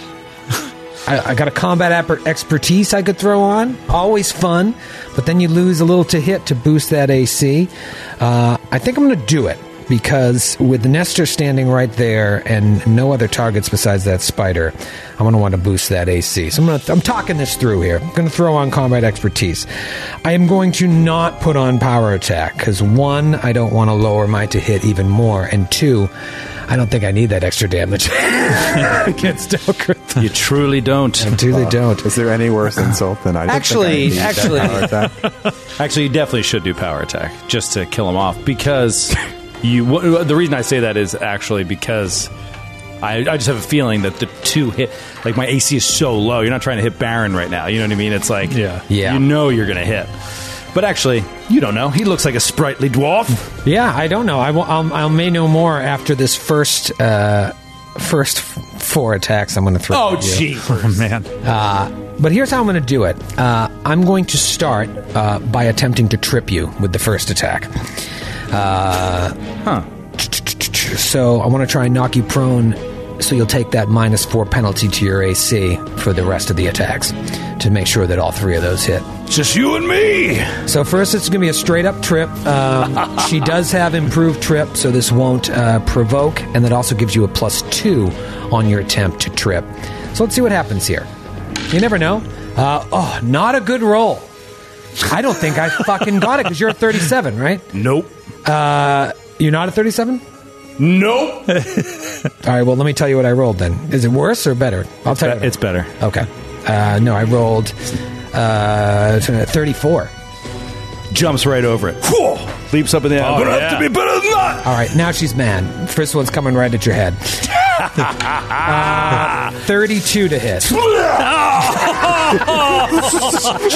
[SPEAKER 2] I, I got a combat ap- expertise I could throw on. Always fun, but then you lose a little to hit to boost that AC. Uh, I think I'm going to do it because with Nestor standing right there and no other targets besides that spider, I'm going to want to boost that AC. So I'm going to. I'm talking this through here. I'm going to throw on combat expertise. I am going to not put on power attack because one, I don't want to lower my to hit even more, and two, I don't think I need that extra damage (laughs) against Delcrypt.
[SPEAKER 4] You truly (laughs) don't.
[SPEAKER 2] Do they don't?
[SPEAKER 5] Is there any worse insult than I don't think I
[SPEAKER 4] Actually-
[SPEAKER 5] need that
[SPEAKER 4] actually-
[SPEAKER 5] power
[SPEAKER 4] (laughs)
[SPEAKER 5] attack.
[SPEAKER 4] Actually, you definitely should do power attack just to kill him off because (laughs) you. wh- The reason I say that is actually because I, I just have a feeling that the two hit like my AC is so low. You're not trying to hit Baron right now. You know what I mean? It's like
[SPEAKER 8] Yeah.
[SPEAKER 2] Yeah.
[SPEAKER 4] you know you're gonna hit. But actually, you don't know. He looks like a sprightly dwarf.
[SPEAKER 2] Yeah, I don't know. I will, I'll, I'll may know more after this first uh, first f- four attacks I'm going to throw. at you.
[SPEAKER 8] (laughs) Oh, man.
[SPEAKER 2] But here's how I'm going to do it. Uh, I'm going to start uh, by attempting to trip you with the first attack. Uh, huh. So I want to try and knock you prone, so you'll take that minus four penalty to your AC for the rest of the attacks to make sure that all three of those hit.
[SPEAKER 4] It's just you and me.
[SPEAKER 2] So first, it's going to be a straight up trip.
[SPEAKER 4] (laughs)
[SPEAKER 2] Um, she does have improved trip, so this won't uh, provoke, and that also gives you a plus two on your attempt to trip. So let's see what happens here. You never know. Uh, oh, not a good roll. I don't think
[SPEAKER 4] (laughs)
[SPEAKER 2] I fucking got it because you're a 37, right? Uh,
[SPEAKER 4] Nope.
[SPEAKER 2] You're not a 37. (laughs)
[SPEAKER 4] Nope.
[SPEAKER 2] All right. Well, let me tell you what I rolled then. Is it worse or better? I'll tell you. what I
[SPEAKER 4] it's better.
[SPEAKER 2] Okay. Uh, no, I rolled uh, 34.
[SPEAKER 4] Jumps right over it. Whew! Leaps up in the air. (laughs) but I have to be better than that.
[SPEAKER 2] All right, now she's mad. First one's coming right at your head. Uh, 32 to hit.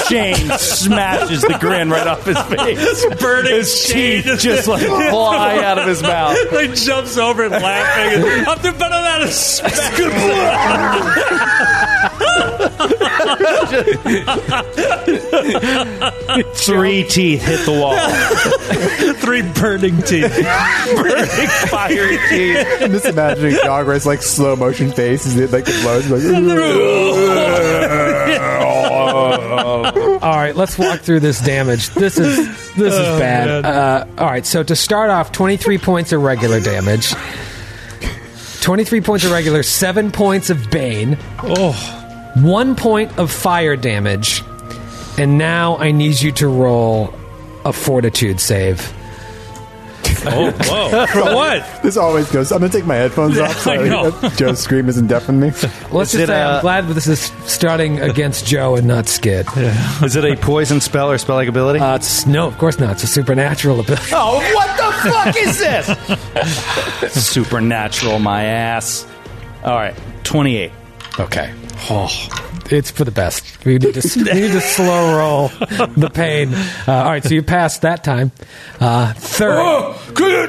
[SPEAKER 4] Shane smashes the grin right off his face.
[SPEAKER 8] Burning
[SPEAKER 4] His
[SPEAKER 8] shade.
[SPEAKER 4] teeth just
[SPEAKER 8] (laughs)
[SPEAKER 4] like fly out of his mouth.
[SPEAKER 8] like jumps over it laughing. And, Up to better that is smack.
[SPEAKER 4] (laughs) Three teeth hit the wall.
[SPEAKER 8] (laughs) Three burning teeth.
[SPEAKER 4] (laughs) Burning fiery teeth.
[SPEAKER 5] I'm just imagining dog race like slow motion faces, it, like the blows.
[SPEAKER 4] (laughs)
[SPEAKER 5] Like,
[SPEAKER 2] All right, let's walk through this damage. This is this is bad. Uh, all right, so to start off, 23 points of regular damage. 23 points of regular, 7 points of bane.
[SPEAKER 8] Oh,
[SPEAKER 2] 1 point of fire damage. And now I need you to roll a fortitude save.
[SPEAKER 8] oh,
[SPEAKER 4] (laughs)
[SPEAKER 8] whoa! For
[SPEAKER 5] (laughs)
[SPEAKER 8] what?
[SPEAKER 5] this always goes. I'm gonna take my headphones off. So
[SPEAKER 8] I know.
[SPEAKER 5] Joe's scream isn't deafening me.
[SPEAKER 2] Let's
[SPEAKER 4] Is
[SPEAKER 2] just
[SPEAKER 4] it,
[SPEAKER 2] say
[SPEAKER 4] uh,
[SPEAKER 2] I'm glad this is starting against Joe and not Skid.
[SPEAKER 4] Is it a poison spell or spell like ability?
[SPEAKER 2] Uh, it's, no, of course not. It's a supernatural ability.
[SPEAKER 4] (laughs) oh, what the fuck is this? Supernatural, my ass. All right, 28.
[SPEAKER 2] (laughs) Okay. Oh, it's for the best. We need to, we need to slow roll the pain. Uh, all right, so you passed that time. Uh, third.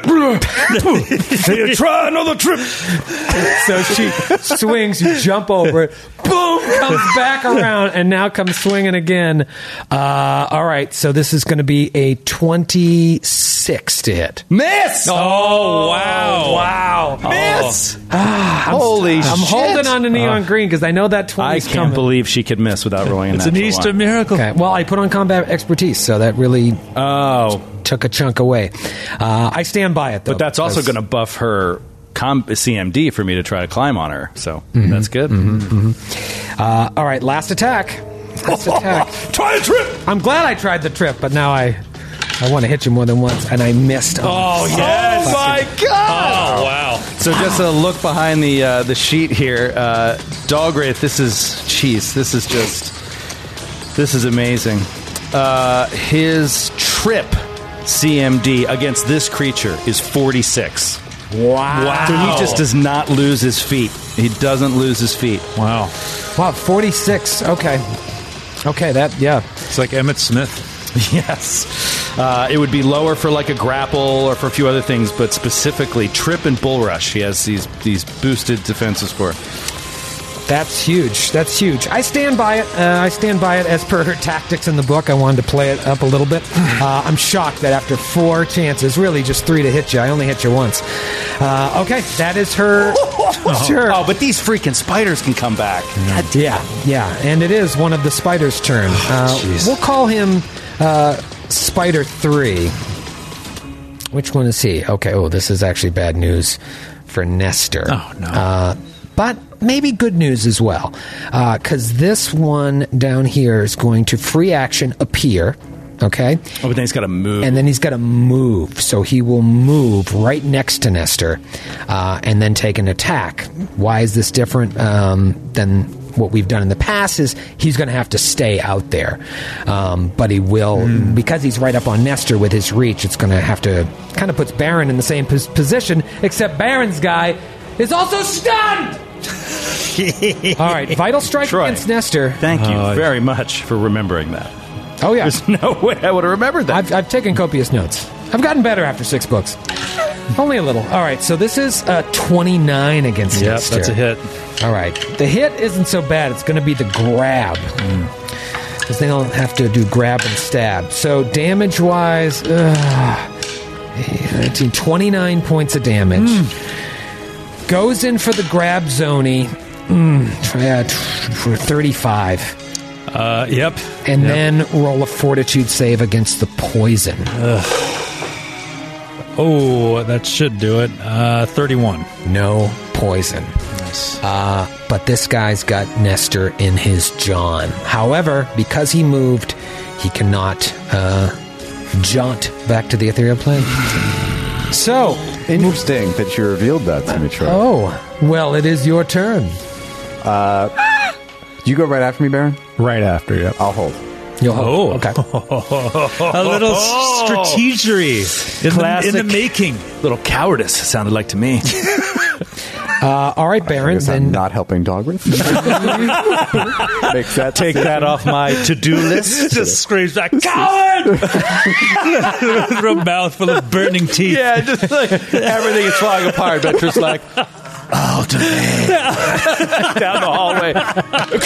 [SPEAKER 4] (laughs)
[SPEAKER 1] Try another trip.
[SPEAKER 2] So she swings, you jump over it, boom, comes back around, and now comes swinging again. Uh, all right, so this is going to be a 26 to hit.
[SPEAKER 4] Miss!
[SPEAKER 8] Oh, wow.
[SPEAKER 2] Wow.
[SPEAKER 4] Miss! Holy
[SPEAKER 2] I'm
[SPEAKER 4] shit. Oh.
[SPEAKER 2] holding on to neon green because I know that 20
[SPEAKER 4] I
[SPEAKER 2] is
[SPEAKER 4] can't
[SPEAKER 2] coming.
[SPEAKER 4] believe she could miss without rolling
[SPEAKER 8] It's an Easter miracle.
[SPEAKER 2] Okay, well, I put on combat expertise, so that really
[SPEAKER 4] Oh,
[SPEAKER 2] took a chunk away. Uh, I stand by it, though.
[SPEAKER 4] but that's also going to buff her com- CMD for me to try to climb on her. So that's good.
[SPEAKER 2] Uh, all right, last attack.
[SPEAKER 4] (laughs)
[SPEAKER 2] Last attack.
[SPEAKER 4] (gasps) Try a trip!
[SPEAKER 2] I'm glad I tried the trip, but now I I want to hit you more than once, and I missed.
[SPEAKER 8] Oh, yes.
[SPEAKER 4] Oh my god!
[SPEAKER 8] Oh, wow.
[SPEAKER 4] So just a look behind the uh, the sheet here, uh, Dogwraith. This is cheese. This is just this is amazing. Uh, his trip CMD against this creature is forty six.
[SPEAKER 2] wow!
[SPEAKER 4] So he just does not lose his feet. He doesn't lose his feet.
[SPEAKER 8] Wow.
[SPEAKER 2] Wow, 46. Okay. Okay, that, yeah.
[SPEAKER 8] It's like Emmett Smith.
[SPEAKER 4] (laughs) Yes. Uh, it would be lower for like a grapple or for a few other things, but specifically trip and bull rush. He has these these boosted defensive score.
[SPEAKER 2] That's huge. That's huge. I stand by it. Uh, I stand by it as per her tactics in the book. I wanted to play it up a little
[SPEAKER 4] (laughs)
[SPEAKER 2] bit. Uh, I'm shocked that after four chances, really just three to hit you, I only hit you once. Uh, okay, that is her. sure.
[SPEAKER 4] (laughs) Oh, but these freaking spiders can come back.
[SPEAKER 2] Uh, Yeah, yeah, and it is one of the spiders' turn. Uh, we'll call him uh, Spider Three. Which one is he? Okay. Oh, this is actually bad news for Nestor. Oh no. Uh, but maybe good news as well, because this one down here is going to free action appear. Okay.
[SPEAKER 4] Oh, but then he's got to move.
[SPEAKER 2] And then he's got to move. So he will move right next to Nestor uh, and then take an attack. Why is this different um, than what we've done in the past? Is he's going to have to stay out there. Um, but he will,
[SPEAKER 4] Hmm.
[SPEAKER 2] because he's right up on Nestor with his reach, it's going to have to kind of puts Baron in the same pos- position, except Baron's guy is also
[SPEAKER 4] (laughs)
[SPEAKER 2] stunned! All right, vital strike
[SPEAKER 4] Troy.
[SPEAKER 2] against Nestor.
[SPEAKER 4] Thank you very much for remembering that.
[SPEAKER 2] Oh, yeah.
[SPEAKER 4] There's (laughs) no way I would have remembered that.
[SPEAKER 2] I've, I've taken copious notes. I've gotten better after six books. Only a little. All right, so this is a 29 against
[SPEAKER 8] Yep,
[SPEAKER 2] Dexter.
[SPEAKER 8] that's a hit.
[SPEAKER 2] All right. The hit isn't so bad. It's going to be the grab. Because then I'll have to do grab and stab. So damage wise, ugh, 18, 29 points of damage.
[SPEAKER 8] Hmm.
[SPEAKER 2] Goes in for the grab zony mm, try, uh, tr- for 35
[SPEAKER 8] Uh, yep.
[SPEAKER 2] and
[SPEAKER 8] Yep.
[SPEAKER 2] then roll a fortitude save against the poison.
[SPEAKER 8] Oh, that should do it. Uh, 31.
[SPEAKER 2] No poison. Uh, but this guy's got Nestor in his John. However, because he moved, he cannot uh, jaunt back to the ethereal
[SPEAKER 5] (laughs)
[SPEAKER 2] plane. So,
[SPEAKER 5] Interesting that you revealed that to me, Troy.
[SPEAKER 2] oh, well, it is your turn.
[SPEAKER 5] You go right after me, Baron.
[SPEAKER 6] Right
[SPEAKER 8] uh,
[SPEAKER 6] after, yep.
[SPEAKER 5] I'll hold.
[SPEAKER 2] You'll oh,
[SPEAKER 5] (laughs)
[SPEAKER 2] okay.
[SPEAKER 8] A little strategery in the, in the
[SPEAKER 4] Oh. Classic.
[SPEAKER 8] making.
[SPEAKER 4] Little cowardice sounded like to me.
[SPEAKER 2] Uh, all right,
[SPEAKER 5] I
[SPEAKER 2] Baron.
[SPEAKER 5] guess I'm
[SPEAKER 2] Then
[SPEAKER 5] not helping Dogworth.
[SPEAKER 2] (laughs)
[SPEAKER 5] Makes that
[SPEAKER 4] Take that off my
[SPEAKER 8] (laughs)
[SPEAKER 4] to-do list.
[SPEAKER 8] Just screams like, coward! (laughs) With a mouthful of burning teeth.
[SPEAKER 4] (laughs) yeah, just like everything is falling apart. But just like, oh, damn. (laughs) down the hallway.
[SPEAKER 1] It's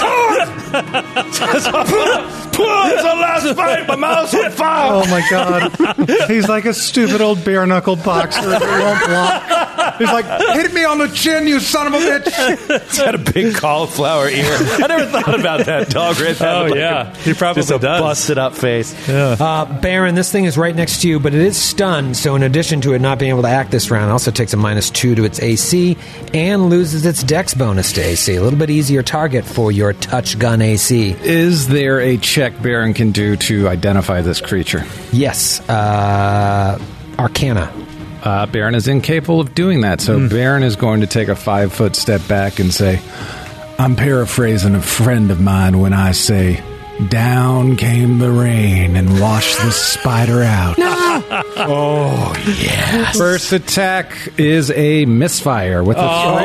[SPEAKER 1] the last fight. My mouth's on fire.
[SPEAKER 6] Oh my
[SPEAKER 7] (laughs)
[SPEAKER 6] god. He's like a stupid old bare knuckled boxer who won't block. He's like, hit me on the chin, you son of a bitch.
[SPEAKER 4] It's got a big cauliflower ear. I never thought about that dog right there.
[SPEAKER 8] Oh,
[SPEAKER 4] Like
[SPEAKER 8] yeah.
[SPEAKER 4] a-
[SPEAKER 8] He probably
[SPEAKER 4] just a
[SPEAKER 8] does.
[SPEAKER 4] busted up face.
[SPEAKER 2] Uh, Baron, this thing is right next to you, but it is stunned. So, in addition to it not being able to act this round, it also takes a minus two to its AC and loses its Dex bonus to AC. A little bit easier target for your touch gun AC.
[SPEAKER 7] Is there a check Baron can do to identify this creature?
[SPEAKER 2] Yes, uh, Arcana.
[SPEAKER 7] Uh, Baron is incapable of doing that, so Baron is going to take a five foot step back and say, I'm paraphrasing a friend of mine when I say, Down came the rain and washed the spider out. (laughs) Oh, First Oh, attack is a misfire with a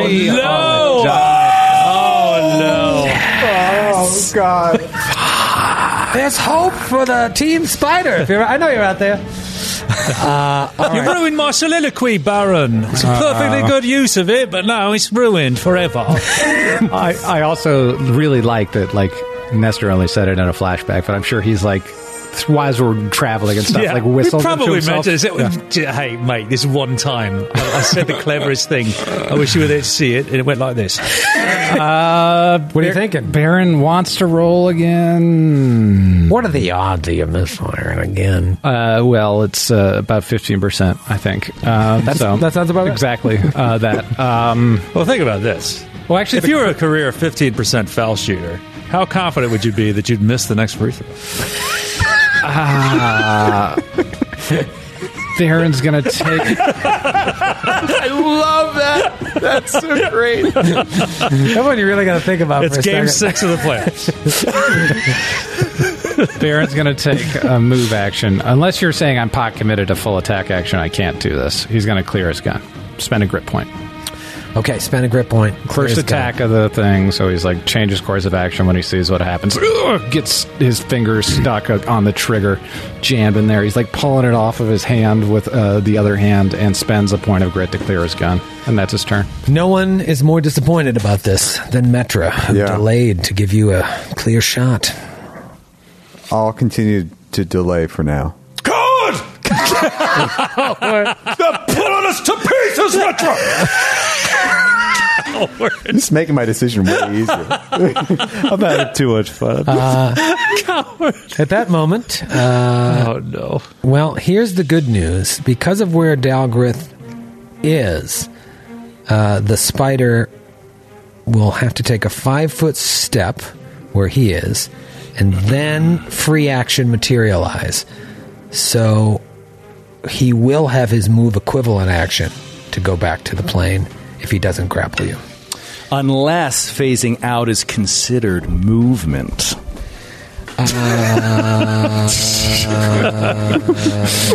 [SPEAKER 7] three.
[SPEAKER 8] no!
[SPEAKER 7] on the die.
[SPEAKER 8] Oh, no.
[SPEAKER 2] Yes.
[SPEAKER 5] Oh, God.
[SPEAKER 2] There's hope for the Team Spider. If you're, I know you're out there.
[SPEAKER 8] You ruined my soliloquy, Baron. It's a perfectly
[SPEAKER 4] Uh.
[SPEAKER 8] good use of it, but now it's ruined forever.
[SPEAKER 6] I, I also really like that, like, Nestor only said it in a flashback, but I'm sure he's like, why as we're traveling and stuff, like whistled
[SPEAKER 8] We probably
[SPEAKER 6] to
[SPEAKER 8] meant
[SPEAKER 6] himself.
[SPEAKER 8] to say, "J- Hey, mate, this one time I, I said the cleverest thing. I wish you were there to see it, and it went like this.
[SPEAKER 2] What are you thinking?
[SPEAKER 7] Baron wants to roll again.
[SPEAKER 2] What are the odds of you misfiring again?
[SPEAKER 7] Uh, well, it's uh, about fifteen percent, I think. Um, that's, so
[SPEAKER 2] that sounds about right.
[SPEAKER 7] exactly uh, that.
[SPEAKER 2] (laughs)
[SPEAKER 7] Um,
[SPEAKER 8] Well, think about this.
[SPEAKER 7] well, actually,
[SPEAKER 8] If you were a career 15% foul shooter, how confident would you be that you'd miss the next free throw?
[SPEAKER 7] Baron's gonna take. (laughs)
[SPEAKER 2] That one you really got to think about
[SPEAKER 8] It's
[SPEAKER 2] for a
[SPEAKER 8] game
[SPEAKER 2] second.
[SPEAKER 8] six of
[SPEAKER 2] (laughs)
[SPEAKER 8] the playoffs.
[SPEAKER 7] Baron's gonna take a move action. Unless you're saying I'm pot committed to full attack action, I can't do this. He's gonna clear his gun, spend a grip point.
[SPEAKER 2] Okay, spend a grip point. Clear
[SPEAKER 7] First
[SPEAKER 2] his gun.
[SPEAKER 7] attack of the thing, so he's like changes course of action when he sees what happens. Ugh, gets his finger stuck on the trigger, jammed in there. He's like pulling it off of his hand with uh, the other hand, and spends a point of grit to clear his gun, and that's his turn.
[SPEAKER 2] No one is more disappointed about this than Metra, who
[SPEAKER 5] Yeah.
[SPEAKER 2] delayed to give you a clear shot.
[SPEAKER 5] I'll continue to delay for now.
[SPEAKER 2] (laughs)
[SPEAKER 9] God! They're pulling us to pieces, Retro!
[SPEAKER 5] This is making my decision way
[SPEAKER 2] (laughs)
[SPEAKER 5] easier.
[SPEAKER 4] I've had too much fun.
[SPEAKER 2] Uh, At that moment, uh,
[SPEAKER 8] Oh, no.
[SPEAKER 2] well, here's the good news. Because of where Dalgrith is, uh, the spider will have to take a five foot step where he is, and then free action materialize. So he will have his move equivalent action to go back to the plane if he doesn't grapple you.
[SPEAKER 4] Unless phasing out is considered movement. Uh, (laughs)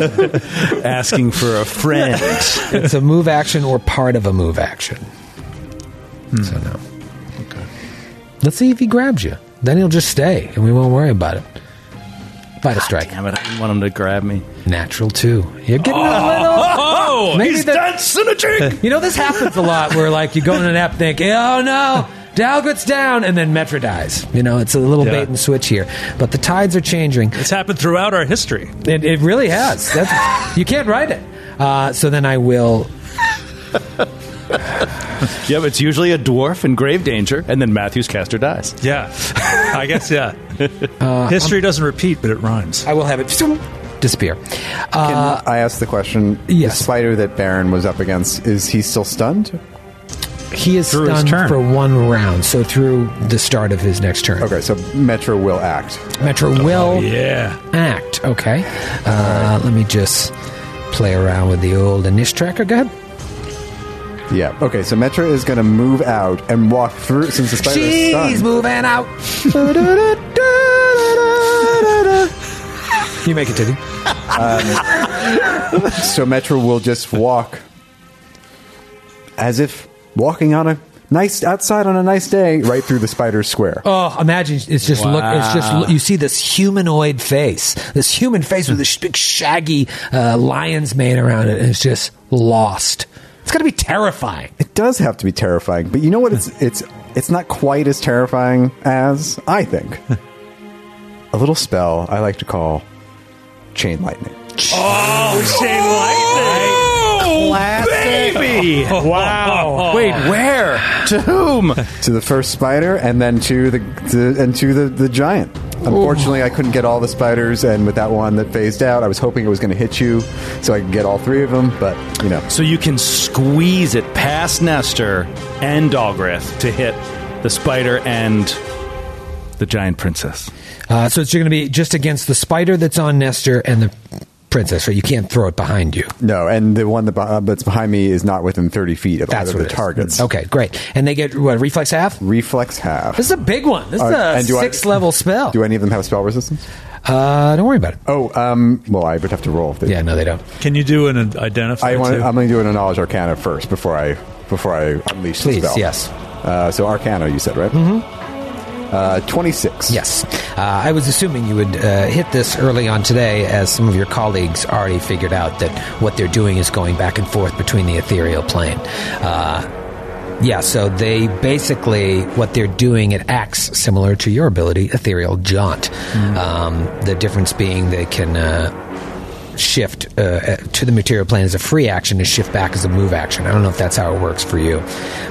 [SPEAKER 4] Asking for a friend.
[SPEAKER 2] it's a move action or part of a move action. So no. Hmm. Okay. Let's see if he grabs you. Then he'll just stay, and we won't worry about it. Fight a strike.
[SPEAKER 4] Damn it, I didn't want him to grab me.
[SPEAKER 2] Natural two. You're getting a little.
[SPEAKER 8] (laughs) Oh,
[SPEAKER 2] Maybe
[SPEAKER 8] he's
[SPEAKER 2] the-
[SPEAKER 8] dancing a jig!
[SPEAKER 2] You know this happens a lot. Where like you go in an app, think, oh no, Dalgut's down, and then Metra dies. You know, it's a little
[SPEAKER 8] Yeah.
[SPEAKER 2] bait and switch here. But the tides are changing.
[SPEAKER 8] It's happened throughout our history.
[SPEAKER 2] It, it really has. That's, you can't write it. Uh, so then I will
[SPEAKER 4] (laughs) Yep, it's usually a dwarf in grave danger, and then Matthew's caster dies.
[SPEAKER 8] Yeah. (laughs) I guess, (laughs) yeah.
[SPEAKER 2] Uh,
[SPEAKER 8] history doesn't repeat, but it rhymes.
[SPEAKER 2] I will have it disappear.
[SPEAKER 5] Can I ask the question?
[SPEAKER 2] yes.
[SPEAKER 5] The spider that Baron was up against, is he still stunned?
[SPEAKER 2] He is
[SPEAKER 7] his
[SPEAKER 2] stunned
[SPEAKER 7] turn.
[SPEAKER 2] for one round, so through the start of his next turn.
[SPEAKER 5] Okay, so Metro will act.
[SPEAKER 2] Metro will
[SPEAKER 8] Oh, Yeah.
[SPEAKER 2] act. Okay. Uh, Let me just play around with the old init tracker. Go ahead.
[SPEAKER 5] Yeah. Okay, so Metro is going to move out and walk through since the spider is
[SPEAKER 2] She's
[SPEAKER 5] stunned.
[SPEAKER 2] moving out. you may continue.
[SPEAKER 5] So Metro will just walk as if walking on a nice outside on a nice day right through the spider's square.
[SPEAKER 2] Oh, imagine it's just look. It's just look- you see this humanoid face, this human face with this big shaggy uh, lion's mane around it, and it's just lost. It's got to be terrifying.
[SPEAKER 5] It does have to be terrifying, but you know what? It's it's it's not quite as terrifying as I think. a little spell I like to call chain lightning.
[SPEAKER 4] Ah. Baby!
[SPEAKER 8] Oh.
[SPEAKER 4] Wow. Wait, where? To whom?
[SPEAKER 5] to the first spider and then to the, to and to the, the giant. Unfortunately, I couldn't get all the spiders, and with that one that phased out, I was hoping it was going to hit you, so I could get all three of them. But you know,
[SPEAKER 4] So you can squeeze it past Nestor and Dalgrith to hit the spider and the giant princess.
[SPEAKER 2] Uh, so it's going to be just against the spider that's on Nestor and the princess, right? You can't throw it behind you.
[SPEAKER 5] no, and the one that, beh- uh, that's behind me is not within thirty feet of
[SPEAKER 2] That's
[SPEAKER 5] either
[SPEAKER 2] what
[SPEAKER 5] of
[SPEAKER 2] it
[SPEAKER 5] the
[SPEAKER 2] is.
[SPEAKER 5] targets.
[SPEAKER 2] Okay, great. And they get what reflex half.
[SPEAKER 5] Reflex half.
[SPEAKER 2] This is a big one. This is
[SPEAKER 5] Uh,
[SPEAKER 2] a
[SPEAKER 5] and do I-
[SPEAKER 2] six level spell.
[SPEAKER 5] Do any of them have spell resistance?
[SPEAKER 2] uh, don't worry about it.
[SPEAKER 5] Oh, um, well, I would have to roll. If they,
[SPEAKER 2] Yeah, no, they don't.
[SPEAKER 8] Can you do an identifier?
[SPEAKER 5] I want.
[SPEAKER 8] too?
[SPEAKER 5] I'm going to do an knowledge arcana first before I before I unleash
[SPEAKER 2] Please,
[SPEAKER 5] the spell.
[SPEAKER 2] yes.
[SPEAKER 5] Uh, so arcana, you said right? Mm-hmm. Uh, 26.
[SPEAKER 2] Yes. Uh, I was assuming you would uh, hit this early on today, as some of your colleagues already figured out that what they're doing is going back and forth between the ethereal plane. Uh, yeah, so they basically, what they're doing, it acts similar to your ability, Ethereal Jaunt. Um, the difference being they can uh, shift uh, uh, to the material plane as a free action to shift back as a move action. I don't know if that's how it works for you,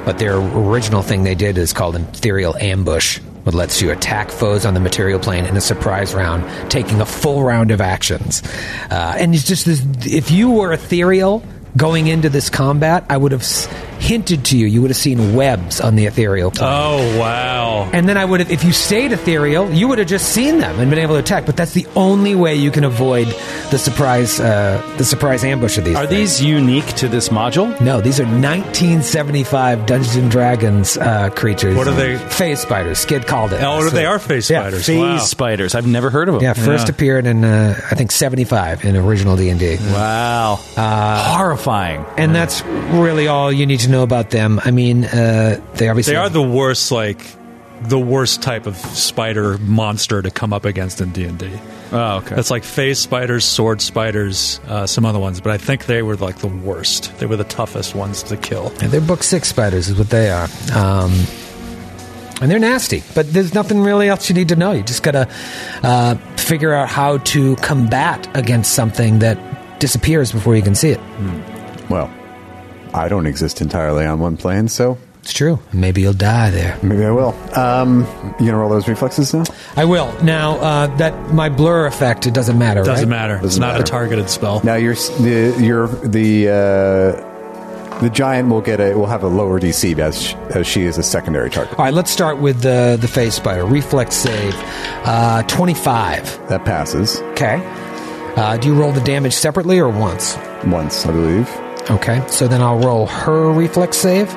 [SPEAKER 2] but their original thing they did is called Ethereal Ambush, what lets you attack foes on the material plane in a surprise round, taking a full round of actions. Uh, and it's just this, if you were Ethereal, going into this combat, I would have s- hinted to you. You would have seen webs on the ethereal plane.
[SPEAKER 8] Oh wow!
[SPEAKER 2] And then I would have, if you stayed ethereal, you would have just seen them and been able to attack. But that's the only way you can avoid the surprise, uh, the surprise ambush of these.
[SPEAKER 4] Are
[SPEAKER 2] things.
[SPEAKER 4] these unique to this module?
[SPEAKER 2] No, these are 1975 Dungeons and Dragons uh, creatures.
[SPEAKER 8] What are they?
[SPEAKER 2] Phase spiders. Skid called it.
[SPEAKER 8] Oh,
[SPEAKER 2] So-
[SPEAKER 8] they are face
[SPEAKER 2] Yeah,
[SPEAKER 8] spiders.
[SPEAKER 4] Phase
[SPEAKER 8] Wow.
[SPEAKER 4] spiders. I've never heard of them.
[SPEAKER 2] Yeah, first appeared in uh, I think 75 in original D and D.
[SPEAKER 4] Wow. Uh, Horrifying.
[SPEAKER 2] And that's really all you need to know about them. I mean, uh, they obviously
[SPEAKER 8] They are the worst, like the worst type of spider monster to come up against in D anD D.
[SPEAKER 4] Oh, okay.
[SPEAKER 8] That's like face spiders, sword spiders, uh, some other ones, but I think they were like the worst. They were the toughest ones to kill.
[SPEAKER 2] Yeah, They're book six spiders, is what they are. Um, and they're nasty, but there's nothing really else you need to know. You just gotta uh, figure out how to combat against something that disappears before you can see it.
[SPEAKER 5] Well, I don't exist entirely on one plane, so
[SPEAKER 2] It's true. Maybe you'll die there.
[SPEAKER 5] maybe I will. Um, you gonna roll those reflexes now?
[SPEAKER 2] I will. Now uh, that my blur effect, it doesn't matter.
[SPEAKER 8] Doesn't
[SPEAKER 2] right?
[SPEAKER 8] matter. it's not a targeted spell.
[SPEAKER 5] Now your the your the uh, the giant will get a will have a lower DC as sh- as she is a secondary target.
[SPEAKER 2] All right, let's start with the the face spider reflex save, uh, twenty five.
[SPEAKER 5] That passes
[SPEAKER 2] Okay. Uh, do you roll the damage separately or once?
[SPEAKER 5] once, I believe.
[SPEAKER 2] Okay, so then I'll roll her reflex save.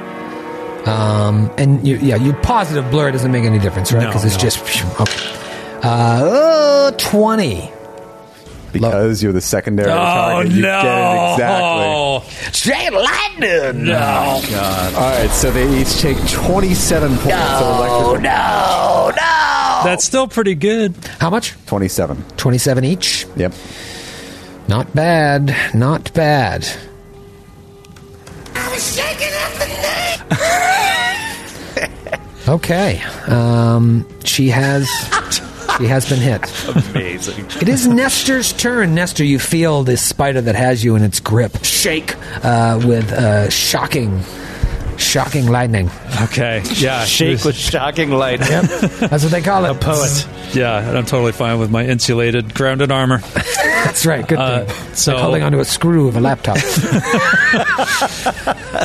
[SPEAKER 2] Um, and you, yeah, your positive blur doesn't make any difference, right?
[SPEAKER 8] No,
[SPEAKER 2] Because it's
[SPEAKER 8] no.
[SPEAKER 2] just phew, okay. Uh, oh, twenty.
[SPEAKER 5] Because you're the secondary target, you get it exactly.
[SPEAKER 2] Straight lightning.
[SPEAKER 8] No.
[SPEAKER 5] All right, so they each take 27 points of electric
[SPEAKER 2] no, no.
[SPEAKER 8] That's still pretty good.
[SPEAKER 2] How much?
[SPEAKER 5] 27.
[SPEAKER 2] Twenty-seven each.
[SPEAKER 5] Yep.
[SPEAKER 2] Not bad. Not bad. I was shaking up the night. (laughs) okay. Um, she has. She has been hit.
[SPEAKER 4] Amazing.
[SPEAKER 2] It is Nestor's turn. Nestor, you feel this spider that has you in its grip shake uh, with uh, shocking, shocking lightning.
[SPEAKER 8] Okay. Yeah. she
[SPEAKER 4] Shake
[SPEAKER 8] was-
[SPEAKER 4] with shocking light.
[SPEAKER 2] That's what they call it. A poet.
[SPEAKER 8] Yeah, and I'm totally fine with my insulated grounded armor.
[SPEAKER 2] That's right. Good
[SPEAKER 8] Uh,
[SPEAKER 2] thing.
[SPEAKER 8] so-
[SPEAKER 2] like holding onto a screw of a laptop.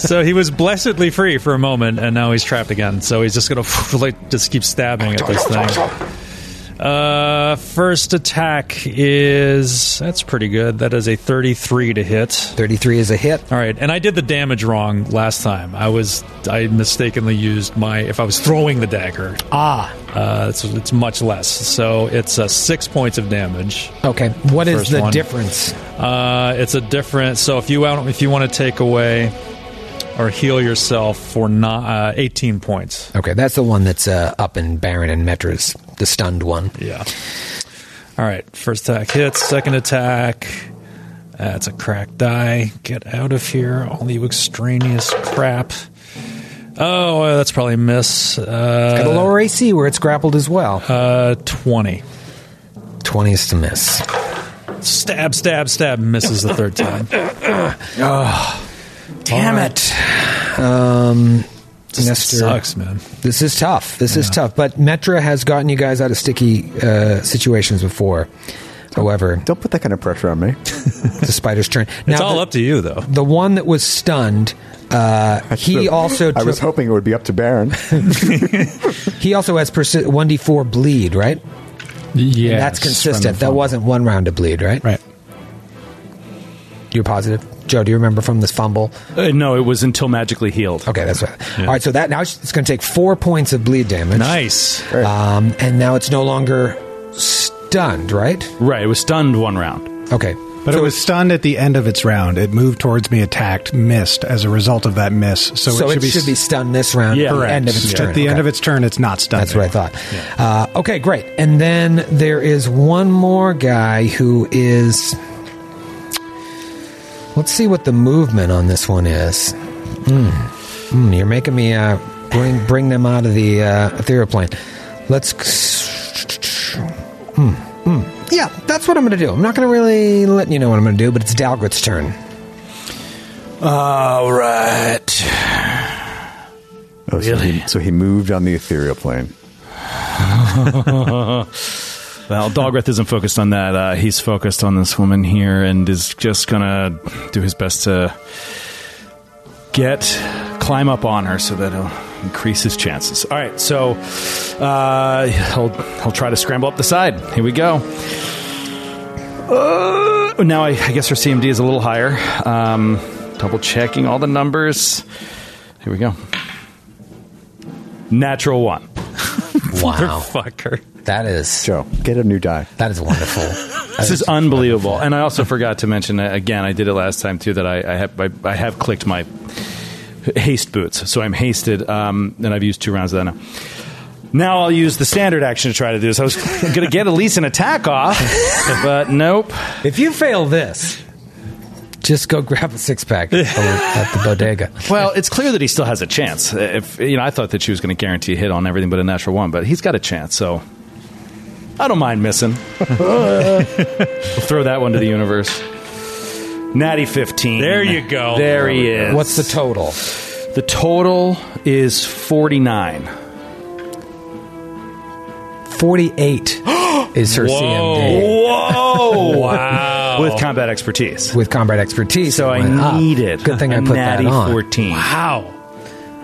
[SPEAKER 8] so he was blessedly free for a moment, and now he's trapped again. So he's just gonna (laughs) like just keep stabbing at this thing. Uh, first attack is that's pretty good. That is a 33 to hit.
[SPEAKER 2] Thirty-three is a hit.
[SPEAKER 8] All right, and I did the damage wrong last time. I was I mistakenly used my if I was throwing the dagger.
[SPEAKER 2] Ah.
[SPEAKER 8] Uh, it's, it's much less. So it's uh, six points of damage.
[SPEAKER 2] Okay. What is
[SPEAKER 8] First
[SPEAKER 2] the
[SPEAKER 8] one.
[SPEAKER 2] difference?
[SPEAKER 8] Uh, it's a different. So if you want, if you want to take away or heal yourself for not uh, 18 points.
[SPEAKER 2] Okay, that's the one that's uh, up in Baron and Metra's, the stunned one.
[SPEAKER 8] Yeah. All right. First attack hits. Second attack. That's a crack die. Get out of here. All you extraneous crap. Oh, uh, that's probably a miss.
[SPEAKER 2] Got a
[SPEAKER 8] Uh,
[SPEAKER 2] lower AC where it's grappled as well.
[SPEAKER 8] uh, 20.
[SPEAKER 2] Twenty is to miss.
[SPEAKER 8] Stab, stab, stab. Misses the third
[SPEAKER 2] (laughs)
[SPEAKER 8] time.
[SPEAKER 2] Ah. Damn it. Um, Nestor,
[SPEAKER 8] Sucks, man.
[SPEAKER 2] This is tough. This is tough. But Metra has gotten you guys out of sticky uh, situations before. However,
[SPEAKER 5] Don't put that kind of pressure on me.
[SPEAKER 8] (laughs)
[SPEAKER 2] it's a spider's turn. Now,
[SPEAKER 8] It's all
[SPEAKER 2] the,
[SPEAKER 8] up to you, though.
[SPEAKER 2] the one that was stunned. Uh, he also
[SPEAKER 5] I was
[SPEAKER 2] took-
[SPEAKER 5] hoping it would be up to
[SPEAKER 2] (laughs)
[SPEAKER 5] Baron.
[SPEAKER 2] he also has persi- 1d4 bleed, right?
[SPEAKER 7] Yeah,
[SPEAKER 2] That's consistent. That wasn't one round of bleed, right?
[SPEAKER 7] right.
[SPEAKER 2] You're positive. Joe, do you remember from this fumble?
[SPEAKER 4] Uh, (laughs) no, it was until magically healed.
[SPEAKER 2] Okay, that's right. All right, so that now it's going to take four points of bleed damage.
[SPEAKER 8] Nice.
[SPEAKER 2] Um, and now it's no longer stunned, right?
[SPEAKER 4] Right, it was stunned one round.
[SPEAKER 2] Okay,
[SPEAKER 6] But
[SPEAKER 2] So
[SPEAKER 6] it was
[SPEAKER 2] it-
[SPEAKER 6] stunned at the end of its round. It moved towards me, attacked, missed as a result of that miss. So,
[SPEAKER 2] So
[SPEAKER 6] it should be.
[SPEAKER 2] stunned this round.
[SPEAKER 6] yeah,
[SPEAKER 2] at
[SPEAKER 6] correct.
[SPEAKER 2] the end of its turn.
[SPEAKER 6] At the end
[SPEAKER 2] Okay.
[SPEAKER 6] of its turn, it's not stunned.
[SPEAKER 2] That's what I thought. Uh, okay, great. And then there is one more guy who is. Let's see what the movement on this one is. Mm. Mm, you're making me uh, bring bring them out of the uh, ethereal plane. Let's. Mm, mm. Yeah, that's what I'm going to do. I'm not going to really let you know what I'm going to do, but it's Dalgrit's turn.
[SPEAKER 9] All right.
[SPEAKER 5] Oh, so, he, so he moved on the ethereal plane.
[SPEAKER 4] well, Dalgrith isn't focused on that. Uh, he's focused on this woman here and is just going to do his best to get climb up on her so that he'll increase his chances. All right, so uh, he'll he'll try to scramble up the side. Here we go. Uh, now I, I guess her CMD is a little higher. Um, double checking all the numbers. Here we go. Natural one.
[SPEAKER 2] Wow.
[SPEAKER 8] Motherfucker.
[SPEAKER 2] That is
[SPEAKER 5] Joe, get a new die.
[SPEAKER 2] that is wonderful.
[SPEAKER 4] This is unbelievable. And I also forgot to mention uh, again. I did it last time too. That I, I have I, I have clicked my haste boots, so I'm hasted. Um, and I've used two rounds of that now. Now I'll use the standard action to try to do this. I was (laughs) going to get at least an attack off, but nope.
[SPEAKER 2] If you fail this, just go (laughs) grab a six pack at the- at the bodega.
[SPEAKER 4] Well, it's clear that he still has a chance. If you know, I thought that she was going to guarantee a hit on everything but a natural one, but he's got a chance. So I don't mind missing. we'll throw that one to the universe. Natty fifteen.
[SPEAKER 8] There you go.
[SPEAKER 4] There he is.
[SPEAKER 2] What's the total?
[SPEAKER 4] The total is 49.
[SPEAKER 2] 48 is her CMD
[SPEAKER 4] (laughs) Whoa!
[SPEAKER 8] Wow.
[SPEAKER 4] With combat expertise.
[SPEAKER 2] with combat expertise.
[SPEAKER 4] So
[SPEAKER 2] it
[SPEAKER 4] I
[SPEAKER 2] went up.
[SPEAKER 4] needed
[SPEAKER 2] Good thing
[SPEAKER 4] a
[SPEAKER 2] I put
[SPEAKER 4] natty
[SPEAKER 2] that on.
[SPEAKER 4] 14.
[SPEAKER 8] Wow.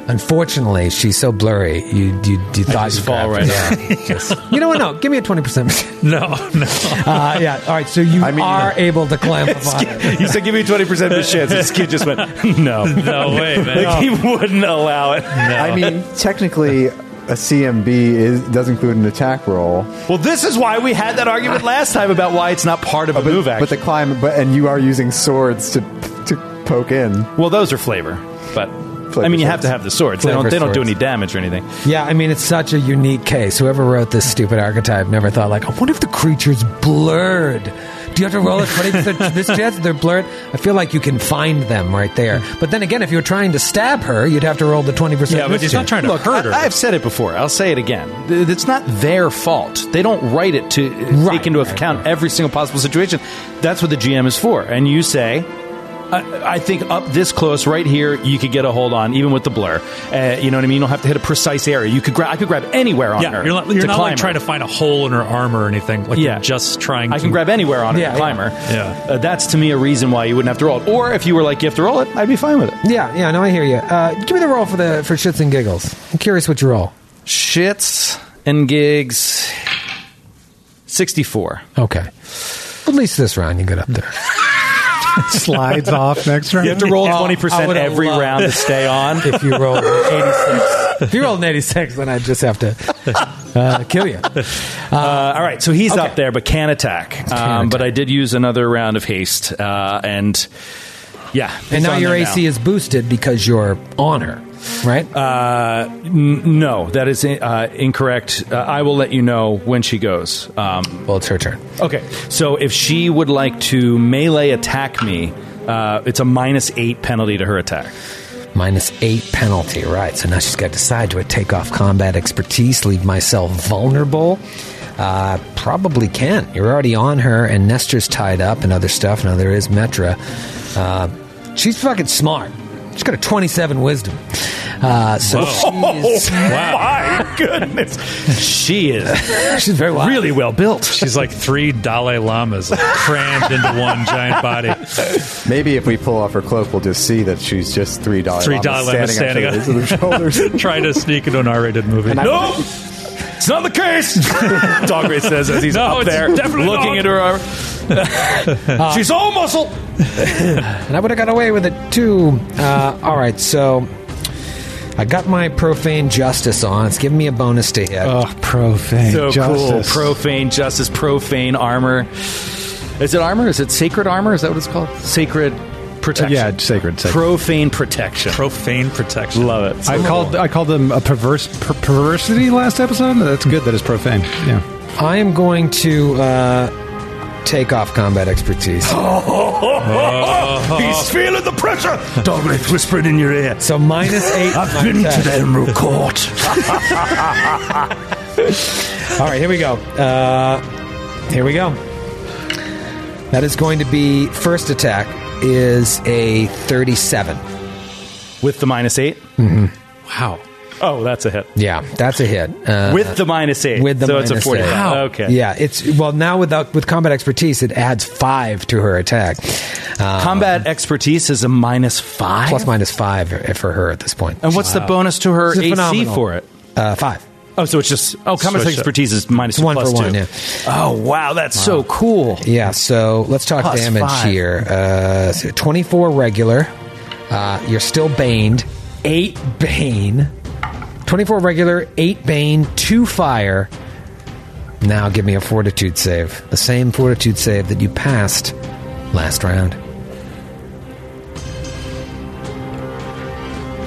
[SPEAKER 2] Unfortunately, she's so blurry. You you, you thought
[SPEAKER 4] just
[SPEAKER 2] you
[SPEAKER 4] fall
[SPEAKER 2] grabbed
[SPEAKER 4] right
[SPEAKER 2] her. Yeah, just- you know what? No, give me a 20%.
[SPEAKER 4] (laughs)
[SPEAKER 8] No, no.
[SPEAKER 2] Uh, yeah. All right. So you
[SPEAKER 5] I mean-
[SPEAKER 2] are able to climb up on it.
[SPEAKER 4] You said, give me 20% of a chance. This kid just went, (laughs) no.
[SPEAKER 8] No way, man.
[SPEAKER 4] Like, he wouldn't allow it.
[SPEAKER 5] I mean, technically, a CMB is, does include an attack roll,
[SPEAKER 4] Well, this is why we had that argument last time about why it's not part of a
[SPEAKER 5] but,
[SPEAKER 4] move action.
[SPEAKER 5] but the climb, but and you are using swords to to poke in.
[SPEAKER 4] well, those are flavor, but. I mean, you have to have the swords. They don't,
[SPEAKER 2] Flavor
[SPEAKER 4] they don't do
[SPEAKER 2] swords.
[SPEAKER 4] any damage or anything.
[SPEAKER 2] Yeah, I mean, it's such a unique case. Whoever wrote this stupid archetype never thought, like, I wonder if the creature's blurred. Do you have to roll it 20% this chance that they're blurred? I feel like you can find them right there. But then again, if you're trying to stab her, you'd have to roll the 20%
[SPEAKER 8] Yeah, but
[SPEAKER 2] mischief.
[SPEAKER 8] he's not trying to hurt her.
[SPEAKER 4] I, have said it before. I'll say it again. Th- It's not their fault. They don't write it to uh
[SPEAKER 2] Right,
[SPEAKER 4] take into
[SPEAKER 2] right,
[SPEAKER 4] account every single possible situation. That's what the GM is for. And you say, I, I think up this close, right here, you could get a hold on, even with the blur. Uh, you know what I mean? You don't have to hit a precise area. You could grab. I could grab anywhere on
[SPEAKER 8] yeah,
[SPEAKER 4] her.
[SPEAKER 8] you're not, you're
[SPEAKER 4] to
[SPEAKER 8] not
[SPEAKER 4] climb
[SPEAKER 8] like trying
[SPEAKER 4] her.
[SPEAKER 8] to find a hole in her armor or anything. Like
[SPEAKER 4] Yeah.
[SPEAKER 8] you're just trying
[SPEAKER 4] I
[SPEAKER 8] to
[SPEAKER 4] can grab anywhere on her
[SPEAKER 2] Yeah,
[SPEAKER 4] and climb her.
[SPEAKER 8] yeah. Yeah.
[SPEAKER 4] Uh, that's to me a reason why you wouldn't have to roll it. Or if you were like, you have to roll it, I'd be fine with it.
[SPEAKER 2] Yeah, yeah, no, I hear you. Uh, give me the roll for the for shits and giggles. I'm curious what you roll.
[SPEAKER 4] Shits and gigs. 64.
[SPEAKER 2] Okay. At least this round you get up there.
[SPEAKER 6] Slides off next round.
[SPEAKER 4] You have to (laughs) roll
[SPEAKER 2] Oh,
[SPEAKER 4] twenty
[SPEAKER 2] I
[SPEAKER 4] percent
[SPEAKER 2] would've
[SPEAKER 4] every
[SPEAKER 2] loved-
[SPEAKER 4] round to
[SPEAKER 2] (laughs)
[SPEAKER 4] stay on.
[SPEAKER 2] (laughs) If you roll an 86. If you roll an 86, then I just have to uh, kill you.
[SPEAKER 4] Uh, all right, so he's up there, but can attack. Um, But I did use another round of haste, uh, and yeah,
[SPEAKER 2] And
[SPEAKER 4] he's
[SPEAKER 2] now
[SPEAKER 4] on
[SPEAKER 2] your
[SPEAKER 4] there
[SPEAKER 2] AC is boosted because you're on her, right?
[SPEAKER 4] Uh, n- no, that is uh, incorrect. Uh, I will let you know when she goes. Um,
[SPEAKER 2] well, it's her turn.
[SPEAKER 4] okay, so if she would like to melee attack me, uh, it's a minus eight penalty to her attack.
[SPEAKER 2] Minus eight penalty, right? So now she's got to decide do I take off combat expertise, leave myself vulnerable? Uh, probably can't. You're already on her, and Nestor's tied up and other stuff. Now there is Metra. Uh, she's fucking smart. She's got a 27 wisdom. Uh, so
[SPEAKER 8] Oh, (laughs)
[SPEAKER 2] she's, (laughs)
[SPEAKER 4] oh, (laughs) my goodness, she (laughs) is
[SPEAKER 2] she's very wise.
[SPEAKER 4] really well built.
[SPEAKER 8] She's like three Dalai Lamas like, crammed into one giant body.
[SPEAKER 5] Maybe if we pull off her cloak, we'll just see that she's just three dollars.
[SPEAKER 8] Three Dalai Lamas standing
[SPEAKER 5] on
[SPEAKER 8] on-
[SPEAKER 5] each other's (laughs) shoulders.
[SPEAKER 8] Trying to sneak into an R-rated movie.
[SPEAKER 5] And I-
[SPEAKER 8] no,
[SPEAKER 4] Nope. It's not the (laughs) case. Dogray says as he's
[SPEAKER 8] No,
[SPEAKER 4] up
[SPEAKER 8] it's
[SPEAKER 4] there
[SPEAKER 8] definitely
[SPEAKER 4] looking
[SPEAKER 8] not.
[SPEAKER 4] into her. arm. (laughs) She's all muscle.
[SPEAKER 2] And I would have got away with it too. Uh, all right, so I got my profane justice on. It's giving me a bonus to hit.
[SPEAKER 6] Oh, profane
[SPEAKER 4] So
[SPEAKER 6] justice.
[SPEAKER 4] cool. Profane justice. Profane armor. Is it armor? Is it sacred armor? Is that what it's called? Sacred protection.
[SPEAKER 6] Yeah, sacred, sacred.
[SPEAKER 4] Profane protection.
[SPEAKER 8] Profane protection.
[SPEAKER 4] Love it.
[SPEAKER 6] I called I called them a perverse per- perversity last episode. That's good. That is profane. Yeah.
[SPEAKER 2] I am going to uh, take off combat expertise.
[SPEAKER 9] He's feeling the pressure. Doglegs whispering in your ear.
[SPEAKER 2] So minus
[SPEAKER 4] (gasps)
[SPEAKER 2] eight.
[SPEAKER 9] I've
[SPEAKER 2] my
[SPEAKER 9] been
[SPEAKER 2] attack.
[SPEAKER 9] to the Emerald Court.
[SPEAKER 2] (laughs) All right, here we go. Uh, here we go. That is going to be first attack is a 37.
[SPEAKER 4] With the minus eight.
[SPEAKER 6] Mm-hmm.
[SPEAKER 8] Wow.
[SPEAKER 4] Oh, that's a hit.
[SPEAKER 2] Yeah, that's a hit. Uh,
[SPEAKER 4] With the minus eight.
[SPEAKER 2] with the
[SPEAKER 4] so it's
[SPEAKER 2] minus
[SPEAKER 4] a forty-five.
[SPEAKER 2] eight.
[SPEAKER 4] Okay.
[SPEAKER 2] Yeah, it's well now without with combat expertise it adds 5 to her attack. Uh,
[SPEAKER 4] Combat expertise is a minus five.
[SPEAKER 2] plus minus 5 for her at this point.
[SPEAKER 4] And what's the bonus to her
[SPEAKER 2] This is
[SPEAKER 4] AC
[SPEAKER 2] phenomenal.
[SPEAKER 4] for it?
[SPEAKER 2] Uh, 5.
[SPEAKER 4] Oh, so it's just oh, combat
[SPEAKER 8] Switch it.
[SPEAKER 4] expertise is minus
[SPEAKER 2] It's one
[SPEAKER 4] plus
[SPEAKER 2] for one,
[SPEAKER 4] two.
[SPEAKER 2] yeah.
[SPEAKER 4] Oh wow, that's so cool.
[SPEAKER 2] Yeah, so let's talk
[SPEAKER 4] Plus
[SPEAKER 2] damage
[SPEAKER 4] five.
[SPEAKER 2] here. Uh, so 24 regular. Uh, you're still baned. 8 bane. 24 regular, 8 bane, 2 fire. Now give me a fortitude save. The same fortitude save that you passed last round.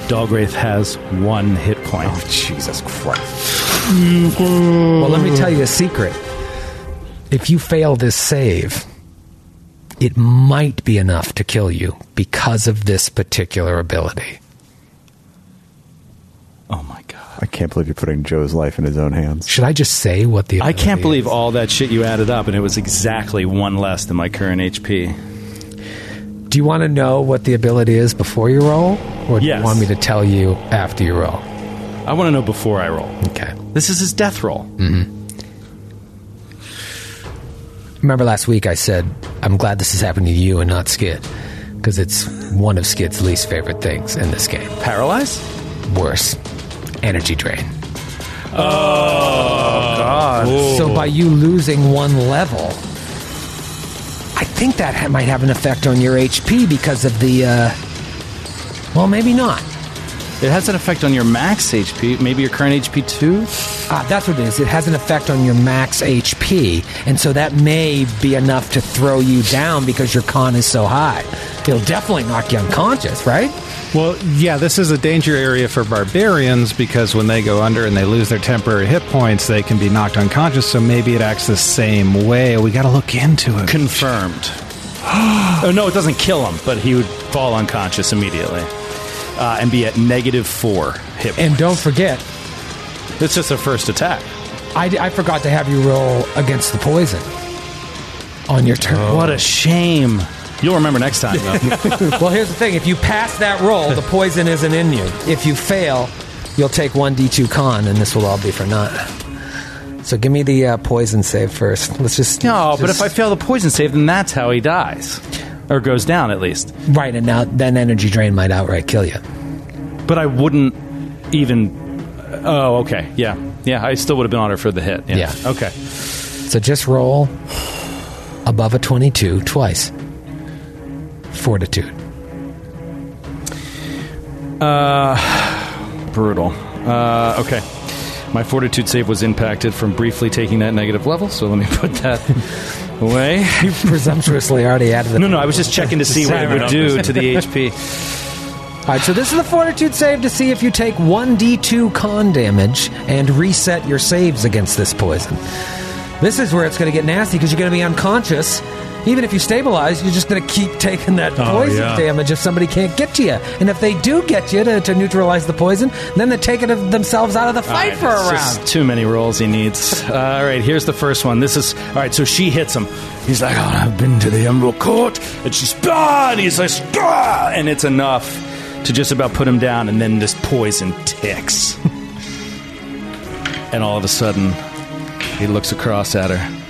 [SPEAKER 4] Dogwraith has one hit point.
[SPEAKER 2] Oh, Jesus Christ. Well, let me tell you a secret. If you fail this save, it might be enough to kill you because of this particular ability.
[SPEAKER 4] Oh my god.
[SPEAKER 5] I can't believe you're putting Joe's life in his own hands.
[SPEAKER 2] Should I just say what the
[SPEAKER 4] I can't
[SPEAKER 2] ability
[SPEAKER 4] believe
[SPEAKER 2] is?
[SPEAKER 4] all that shit you added up, and it was exactly one less than my current HP.
[SPEAKER 2] Do you want to know what the ability is before you roll, or do
[SPEAKER 4] Yes.
[SPEAKER 2] you want me to tell you after you roll?
[SPEAKER 4] I want to know before I roll.
[SPEAKER 2] Okay.
[SPEAKER 4] This is his death roll.
[SPEAKER 2] Hmm. Remember last week I said I'm glad this is happening to you and not Skid because it's one of Skid's least favorite things in this game.
[SPEAKER 4] Paralyze?
[SPEAKER 2] Worse, energy drain. So by you losing one level, I think that ha- might have an effect on your HP because of the. Uh, well, maybe not.
[SPEAKER 4] It has an effect on your max HP, maybe your current HP too.
[SPEAKER 2] Ah, that's what it is. It has an effect on your max HP, and so that may be enough to throw you down because your con is so high. It'll definitely knock you unconscious, right?
[SPEAKER 6] Well, yeah. This is a danger area for barbarians because when they go under and they lose their temporary hit points, they can be knocked unconscious. So maybe it acts the same way. We got to look into it.
[SPEAKER 4] Confirmed. (gasps) oh no, it doesn't kill him, but he would fall unconscious immediately uh, and be at negative four hit.
[SPEAKER 2] And
[SPEAKER 4] points.
[SPEAKER 2] don't forget,
[SPEAKER 4] It's just a first attack.
[SPEAKER 2] I, I forgot to have you roll against the poison on your turn.
[SPEAKER 4] What a shame. You'll remember next
[SPEAKER 2] (laughs)
[SPEAKER 4] time, though.
[SPEAKER 2] Well, here's the thing: if you pass that roll, the poison isn't in you. If you fail, you'll take one d2 con, and this will all be for naught. So give me the uh, poison save first. Let's just
[SPEAKER 4] no, but if
[SPEAKER 2] just-
[SPEAKER 4] I fail the poison save, then that's how he dies. Or goes down, at least.
[SPEAKER 2] right, and now then energy drain might outright kill you.
[SPEAKER 4] But I wouldn't even. Oh, okay. Yeah. Yeah, I still would have been on her for the hit. Yeah.
[SPEAKER 2] Yeah.
[SPEAKER 4] Okay.
[SPEAKER 2] So just roll above a 22 twice. Fortitude.
[SPEAKER 4] Brutal. Uh, okay. My fortitude save was impacted from briefly taking that negative level, so let me (laughs) put that away.
[SPEAKER 2] You presumptuously already added the.
[SPEAKER 4] No, no, I was just checking to see what it would do to the HP.
[SPEAKER 2] All right, so this is the fortitude save to see if you take 1d2 con damage and reset your saves against this poison. This is where it's going to get nasty because you're going to be unconscious. Even if you stabilize, you're just going to keep (laughs) taking that
[SPEAKER 4] Oh,
[SPEAKER 2] poison
[SPEAKER 8] yeah.
[SPEAKER 2] damage if somebody can't get to you. And if they do get you to, to neutralize the poison, then they're taking of themselves out of the fight for a
[SPEAKER 4] It's
[SPEAKER 2] round.
[SPEAKER 4] just too many rolls he needs. Uh, all right, here's the first one. This is all right. So she hits him. He's like, "Oh, I've been to the Emerald Court," and she's ah, and he's like, ah, and it's enough to just about put him down. And then this poison ticks, (laughs) and all of a sudden, he looks across at her.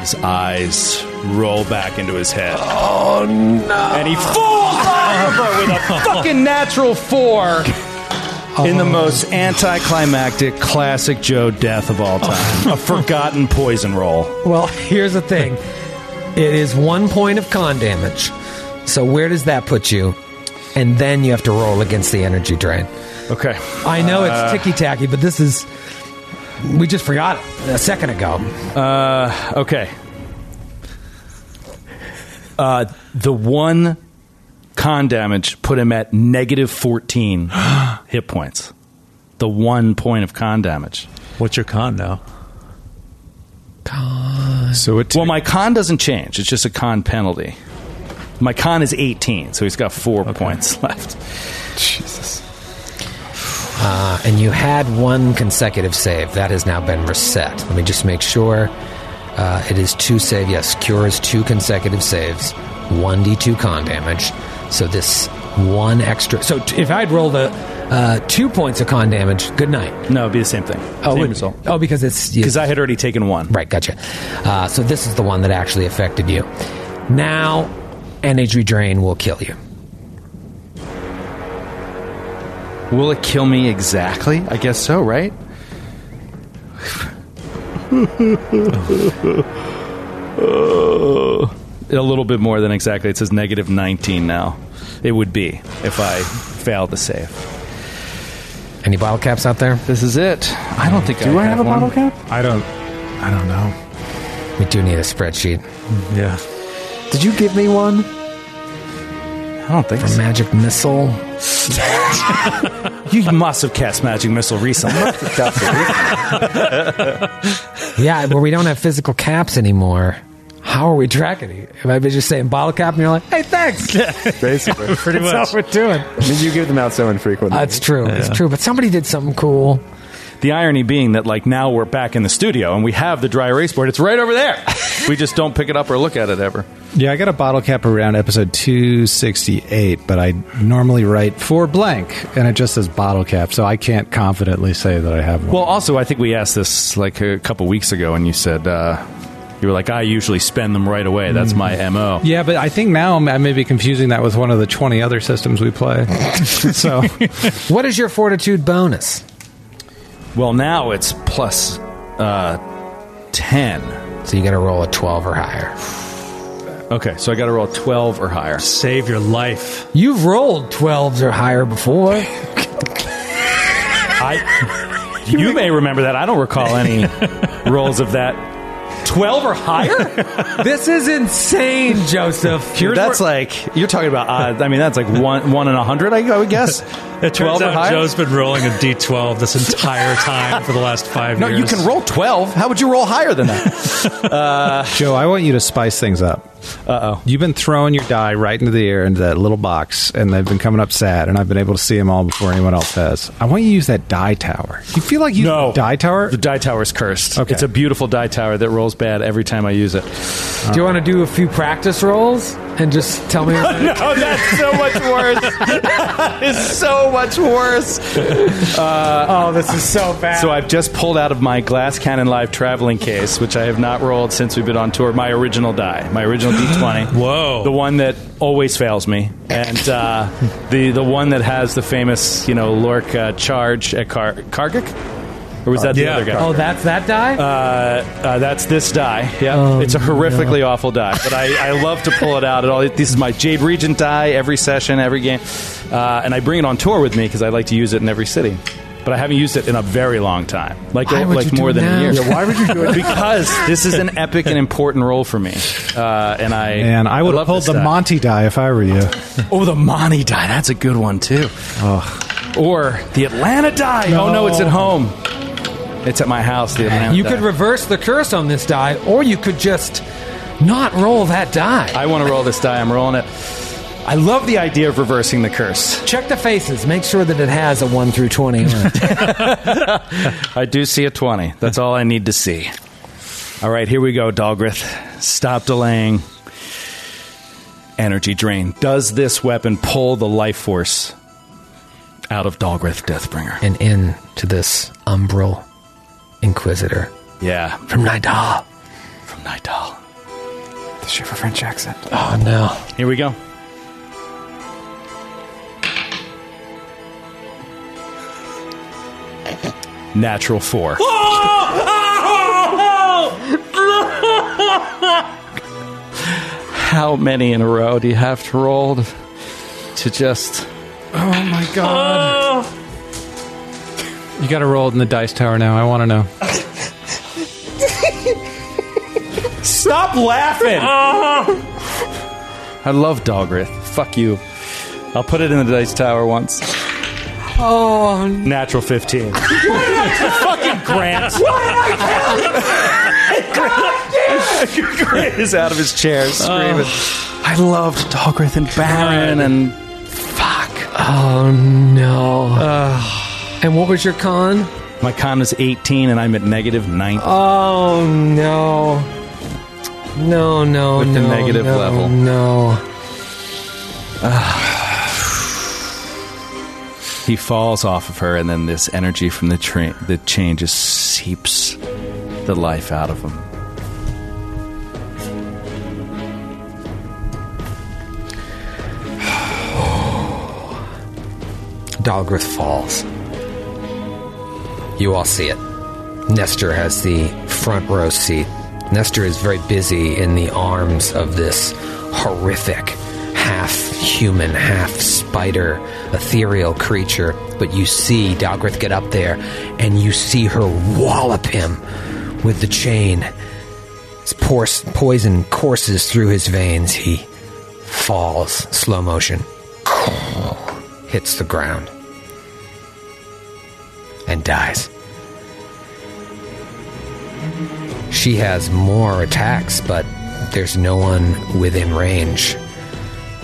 [SPEAKER 4] His eyes roll back into his head. Oh no! And he falls over with a fucking natural (laughs) four in the most anticlimactic classic Joe death of all time. (laughs) a forgotten poison roll.
[SPEAKER 2] Well, (laughs) here's the thing it is one point of con damage. So where does that put you? And then you have to roll against the energy drain.
[SPEAKER 4] Okay.
[SPEAKER 2] I know it's
[SPEAKER 10] Uh.
[SPEAKER 2] ticky tacky, but this is. We just forgot it a second ago.
[SPEAKER 4] Uh, okay. Uh, the one con damage put him at negative 14 (gasps) hit points. The one point of con damage.
[SPEAKER 8] What's your con now?
[SPEAKER 6] So it
[SPEAKER 4] Well, my con doesn't change. It's just a con penalty. My con is 18, so he's got four points (laughs) left.
[SPEAKER 2] Uh, and you had one consecutive save. That has now been reset. Let me just make sure. Uh, it is two save. Yes, cure is two consecutive saves, 1d2 con damage. So this one extra. So t- if I'd rolled a uh, two points of con damage, good night.
[SPEAKER 4] No, it'd be the same thing.
[SPEAKER 2] Oh,
[SPEAKER 4] same
[SPEAKER 2] it-
[SPEAKER 4] result.
[SPEAKER 2] oh because it's.
[SPEAKER 4] Because I had already taken one.
[SPEAKER 2] Right, gotcha. Uh, so this is the one that actually affected you. Now, energy drain will kill you.
[SPEAKER 4] Will it kill me exactly? I guess so, right? (laughs) a little bit more than exactly. It says negative 19 now. It would be if I fail the save.
[SPEAKER 2] Any bottle caps out there?
[SPEAKER 4] This is it. I don't think
[SPEAKER 5] Do I have a
[SPEAKER 4] one.
[SPEAKER 5] bottle cap?
[SPEAKER 6] I don't I don't know.
[SPEAKER 2] We do need a spreadsheet.
[SPEAKER 8] Yeah.
[SPEAKER 5] Did you give me one?
[SPEAKER 4] I don't think
[SPEAKER 2] A
[SPEAKER 4] so.
[SPEAKER 2] magic missile.
[SPEAKER 4] You must have cast Magic Missile recently. (laughs)
[SPEAKER 2] Yeah, where we don't have physical caps anymore. How are we tracking it? If I was just saying bottle cap, and you're like, "Hey, thanks."
[SPEAKER 5] Basically.
[SPEAKER 8] (laughs) Pretty much.
[SPEAKER 2] we're doing.
[SPEAKER 5] I mean, you give them out so infrequently.
[SPEAKER 2] That's true. It's true. But somebody did something cool.
[SPEAKER 4] The irony being that, like, now we're back in the studio and we have the dry erase board. It's right over there. we just don't pick it up or look at it ever.
[SPEAKER 6] Yeah, I got a bottle cap around episode 268, but I normally write for blank and it just says bottle cap, so I can't confidently say that I have one.
[SPEAKER 4] Well, also, I think we asked this like a couple weeks ago, and you said uh, you were like, "I usually spend them right away. That's my mo."
[SPEAKER 6] yeah, but I think now I'm- I may be confusing that with one of the 20 other systems we (laughs) play. so,
[SPEAKER 2] What is your fortitude bonus?
[SPEAKER 4] Well, now it's plus uh, ten.
[SPEAKER 2] So you got to roll a twelve or higher.
[SPEAKER 4] Okay, so I got to roll twelve or higher.
[SPEAKER 8] Save your life.
[SPEAKER 2] You've rolled twelves or higher
[SPEAKER 10] (laughs)
[SPEAKER 2] before.
[SPEAKER 4] (laughs) I, you may remember that. I don't recall (laughs) any rolls of that. Twelve or (laughs) higher?
[SPEAKER 2] this is insane, Joseph.
[SPEAKER 4] Here's that's like you're talking about odds. I mean, that's like one one in a hundred. I, I would (laughs) guess.
[SPEAKER 8] It turns out Joe's been rolling a d12 this entire time for the last five
[SPEAKER 4] No,
[SPEAKER 8] years.
[SPEAKER 4] you
[SPEAKER 8] (laughs)
[SPEAKER 4] can roll twelve. How would you roll higher than that?
[SPEAKER 6] Joe, I want you to spice things up. Uh oh. You've been throwing your die right into the air into that little box, and they've been coming up sad, and I've been able to see them all before anyone else has. I want you to use that die tower. You feel like you die tower?
[SPEAKER 4] The die tower is cursed.
[SPEAKER 6] Okay.
[SPEAKER 4] It's a beautiful die tower that rolls bad every time I use it.
[SPEAKER 2] Do you want to do a few practice rolls and just tell me? (laughs)
[SPEAKER 4] Oh, that's so much worse. (laughs) that is so much worse.
[SPEAKER 5] Oh, this is so bad.
[SPEAKER 4] Uh, So I've just pulled out of my Glass Cannon Live traveling case, which I have not rolled since we've been on tour, my original die, my (gasps) original D20.
[SPEAKER 8] Whoa.
[SPEAKER 4] The one that always fails me. And uh, the, the one that has the famous, you know, Lork uh, charge at Kar- Kargik? Or was that the
[SPEAKER 8] Yeah.
[SPEAKER 4] other guy?
[SPEAKER 2] oh, that's that die.
[SPEAKER 4] Uh, uh, that's this die. Yeah, it's a horrifically awful die, but I, I love to pull it out at all. This is my Jade Regent die every session, every game, uh, and I bring it on tour with me because I like to use it in every city. But I haven't used it in a very long time, like
[SPEAKER 2] Why would you
[SPEAKER 4] like
[SPEAKER 2] do
[SPEAKER 4] more than
[SPEAKER 2] that?
[SPEAKER 4] a year.
[SPEAKER 2] Yeah,
[SPEAKER 5] why would you do it?
[SPEAKER 4] because this is an epic and important role for me, uh, and I
[SPEAKER 6] And I would
[SPEAKER 4] I
[SPEAKER 6] have
[SPEAKER 4] love
[SPEAKER 6] pulled
[SPEAKER 4] this
[SPEAKER 6] the
[SPEAKER 4] die.
[SPEAKER 6] Monty die if I were you.
[SPEAKER 4] Oh, the Monty die. That's a good one too. Or the Atlanta die. Oh no, it's at home. It's at my house. The Atlanta.
[SPEAKER 2] you
[SPEAKER 4] die.
[SPEAKER 2] could reverse the curse on this die, or you could just not roll that die.
[SPEAKER 4] I want to roll this die. I'm rolling it. I love the idea of reversing the curse.
[SPEAKER 2] Check the faces. Make sure that it has a 1 through 20 on it.
[SPEAKER 4] I do see a 20. That's all I need to see. All right, here we go, Dalgrith. Stop delaying. Energy drain. Does this weapon pull the life force out of Dalgrith Deathbringer?
[SPEAKER 2] and in to this umbral inquisitor
[SPEAKER 4] Yeah,
[SPEAKER 2] from Nidal.
[SPEAKER 4] from Nidal.
[SPEAKER 5] Does she have a French accent?
[SPEAKER 2] Oh, no.
[SPEAKER 4] Here we go. Natural four. How many in a row do you have to roll to, to just?
[SPEAKER 6] You got to roll it in the dice tower now. I want to know.
[SPEAKER 4] Stop laughing! I love Dogrith. Fuck you. I'll put it in the dice tower once.
[SPEAKER 10] Oh,
[SPEAKER 11] Natural 15.
[SPEAKER 8] fucking Grant.
[SPEAKER 4] Grant is out of his chair screaming. Oh. I loved Dogrith and Baron and
[SPEAKER 10] oh no. and what was your con?
[SPEAKER 4] my con is 18 and I'm at negative 9.
[SPEAKER 10] Oh no. No, no,
[SPEAKER 4] With the
[SPEAKER 10] no.
[SPEAKER 4] negative
[SPEAKER 10] no,
[SPEAKER 4] level.
[SPEAKER 10] No.
[SPEAKER 4] He falls off of her and then this energy from the train the chain just seeps the life out of (laughs) him.
[SPEAKER 10] Dalgrith falls. You all see it. Nestor has the front row seat. Nestor is very busy in the arms of this horrific, half human, half spider, ethereal creature. But you see Dalgrith get up there, and you see her wallop him with the chain. As por- poison courses through his veins, he falls, slow motion, hits the ground, and dies. She has more attacks, but there's no one within range.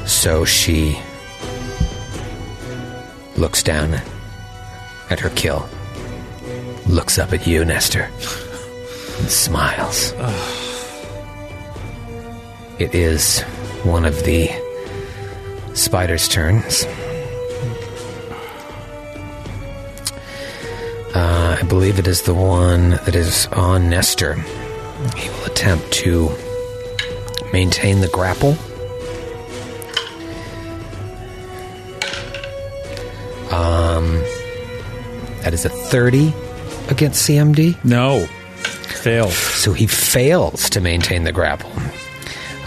[SPEAKER 10] So she looks down at her kill, looks up at you, Nestor, and smiles. It is one of the spider's turns. Uh, I believe it is the one that is on Nestor. He will attempt to maintain the grapple. Um, that is a 30 against CMD.
[SPEAKER 8] No. Fail.
[SPEAKER 10] So he fails to maintain the grapple.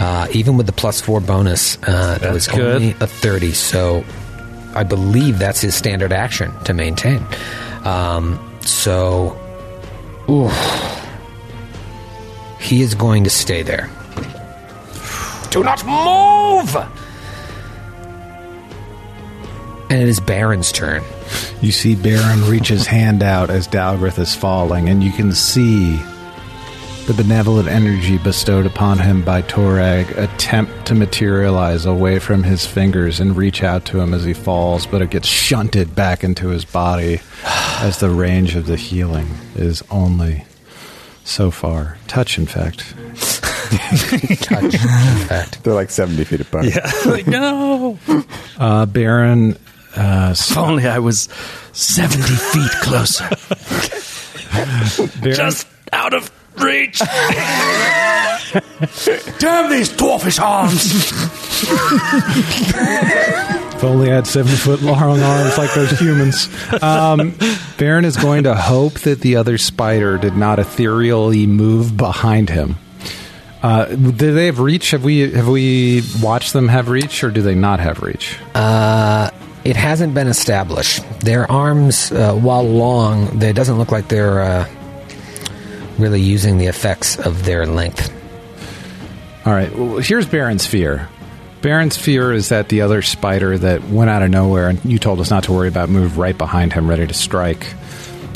[SPEAKER 10] Uh, even with the plus four bonus, uh, that was only a 30. So I believe that's his standard action to maintain. Um, so oof. he is going to stay there. Do not move! And it is Baron's turn.
[SPEAKER 6] You see Baron reach his hand out as Dalgrith is falling, and you can see the benevolent energy bestowed upon him by Torag attempt to materialize away from his fingers and reach out to him as he falls, but it gets shunted back into his body (sighs) as the range of the healing is only so far. Touch, in fact.
[SPEAKER 10] Touch. In fact.
[SPEAKER 5] They're like 70 feet apart.
[SPEAKER 8] like, no.
[SPEAKER 6] Uh, Baron uh,
[SPEAKER 4] If only I was 70 feet closer. Just out of reach. Damn these dwarfish arms.
[SPEAKER 6] If only I had seven foot long arms like those humans. Um, Baron is going to hope that the other spider did not ethereally move behind him. Uh, do they have reach? Have we have we watched them have reach, or do they not have reach?
[SPEAKER 10] It hasn't been established. Their arms, uh, while long, they- it doesn't look like they're uh, really using the effects of their length.
[SPEAKER 6] All right. Well, here's Baron's fear. Baron's fear is that the other spider that went out of nowhere and you told us not to worry about moved right behind him, ready to strike.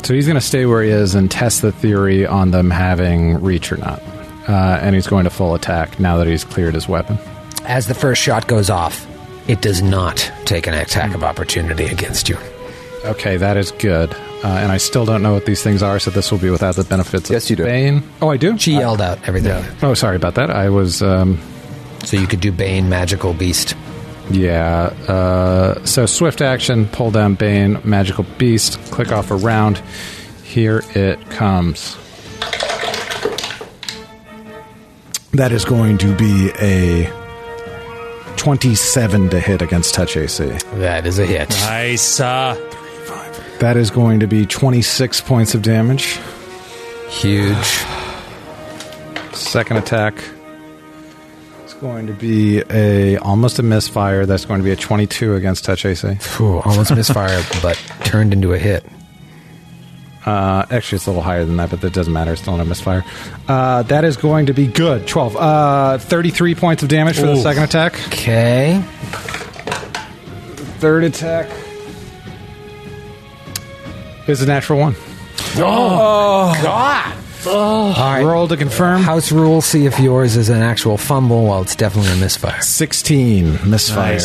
[SPEAKER 6] So he's going to stay where he is and test the theory on them having reach or not. Uh, and he's going to full attack now that he's cleared his weapon.
[SPEAKER 10] As the first shot goes off, it does not take an attack of opportunity against you.
[SPEAKER 6] Okay, that is good. Uh, and I still don't know what these things are, so this will be without the benefits
[SPEAKER 5] Yes,
[SPEAKER 6] of
[SPEAKER 5] you do.
[SPEAKER 6] Bane. Oh, I do?
[SPEAKER 10] She yelled out everything.
[SPEAKER 6] Oh, sorry about that. I was. Um,
[SPEAKER 10] So you could do Bane, Magical Beast.
[SPEAKER 6] Yeah. Uh, so swift action, pull down Bane, magical beast, click off a round. Here it comes. That is going to be a 27 to hit against touch AC.
[SPEAKER 10] That is a hit.
[SPEAKER 8] Nice. Uh,
[SPEAKER 6] That is going to be 26 points of damage.
[SPEAKER 10] Huge.
[SPEAKER 6] Second attack. It's going to be a almost a misfire. That's going to be a 22 against touch AC.
[SPEAKER 10] (laughs) Phew, almost misfired, but turned into a hit.
[SPEAKER 6] Uh, actually, it's a little higher than that, but that doesn't matter. It's still not a misfire. Uh, that is going to be good. 12. Uh, 33 points of damage for the
[SPEAKER 8] Ooh.
[SPEAKER 6] second attack.
[SPEAKER 10] Okay.
[SPEAKER 6] Third attack is a natural one. Oh,
[SPEAKER 10] All right.
[SPEAKER 6] Roll to confirm.
[SPEAKER 10] House rule: see if yours is an actual fumble. Well, it's definitely a misfire.
[SPEAKER 6] 16 misfire.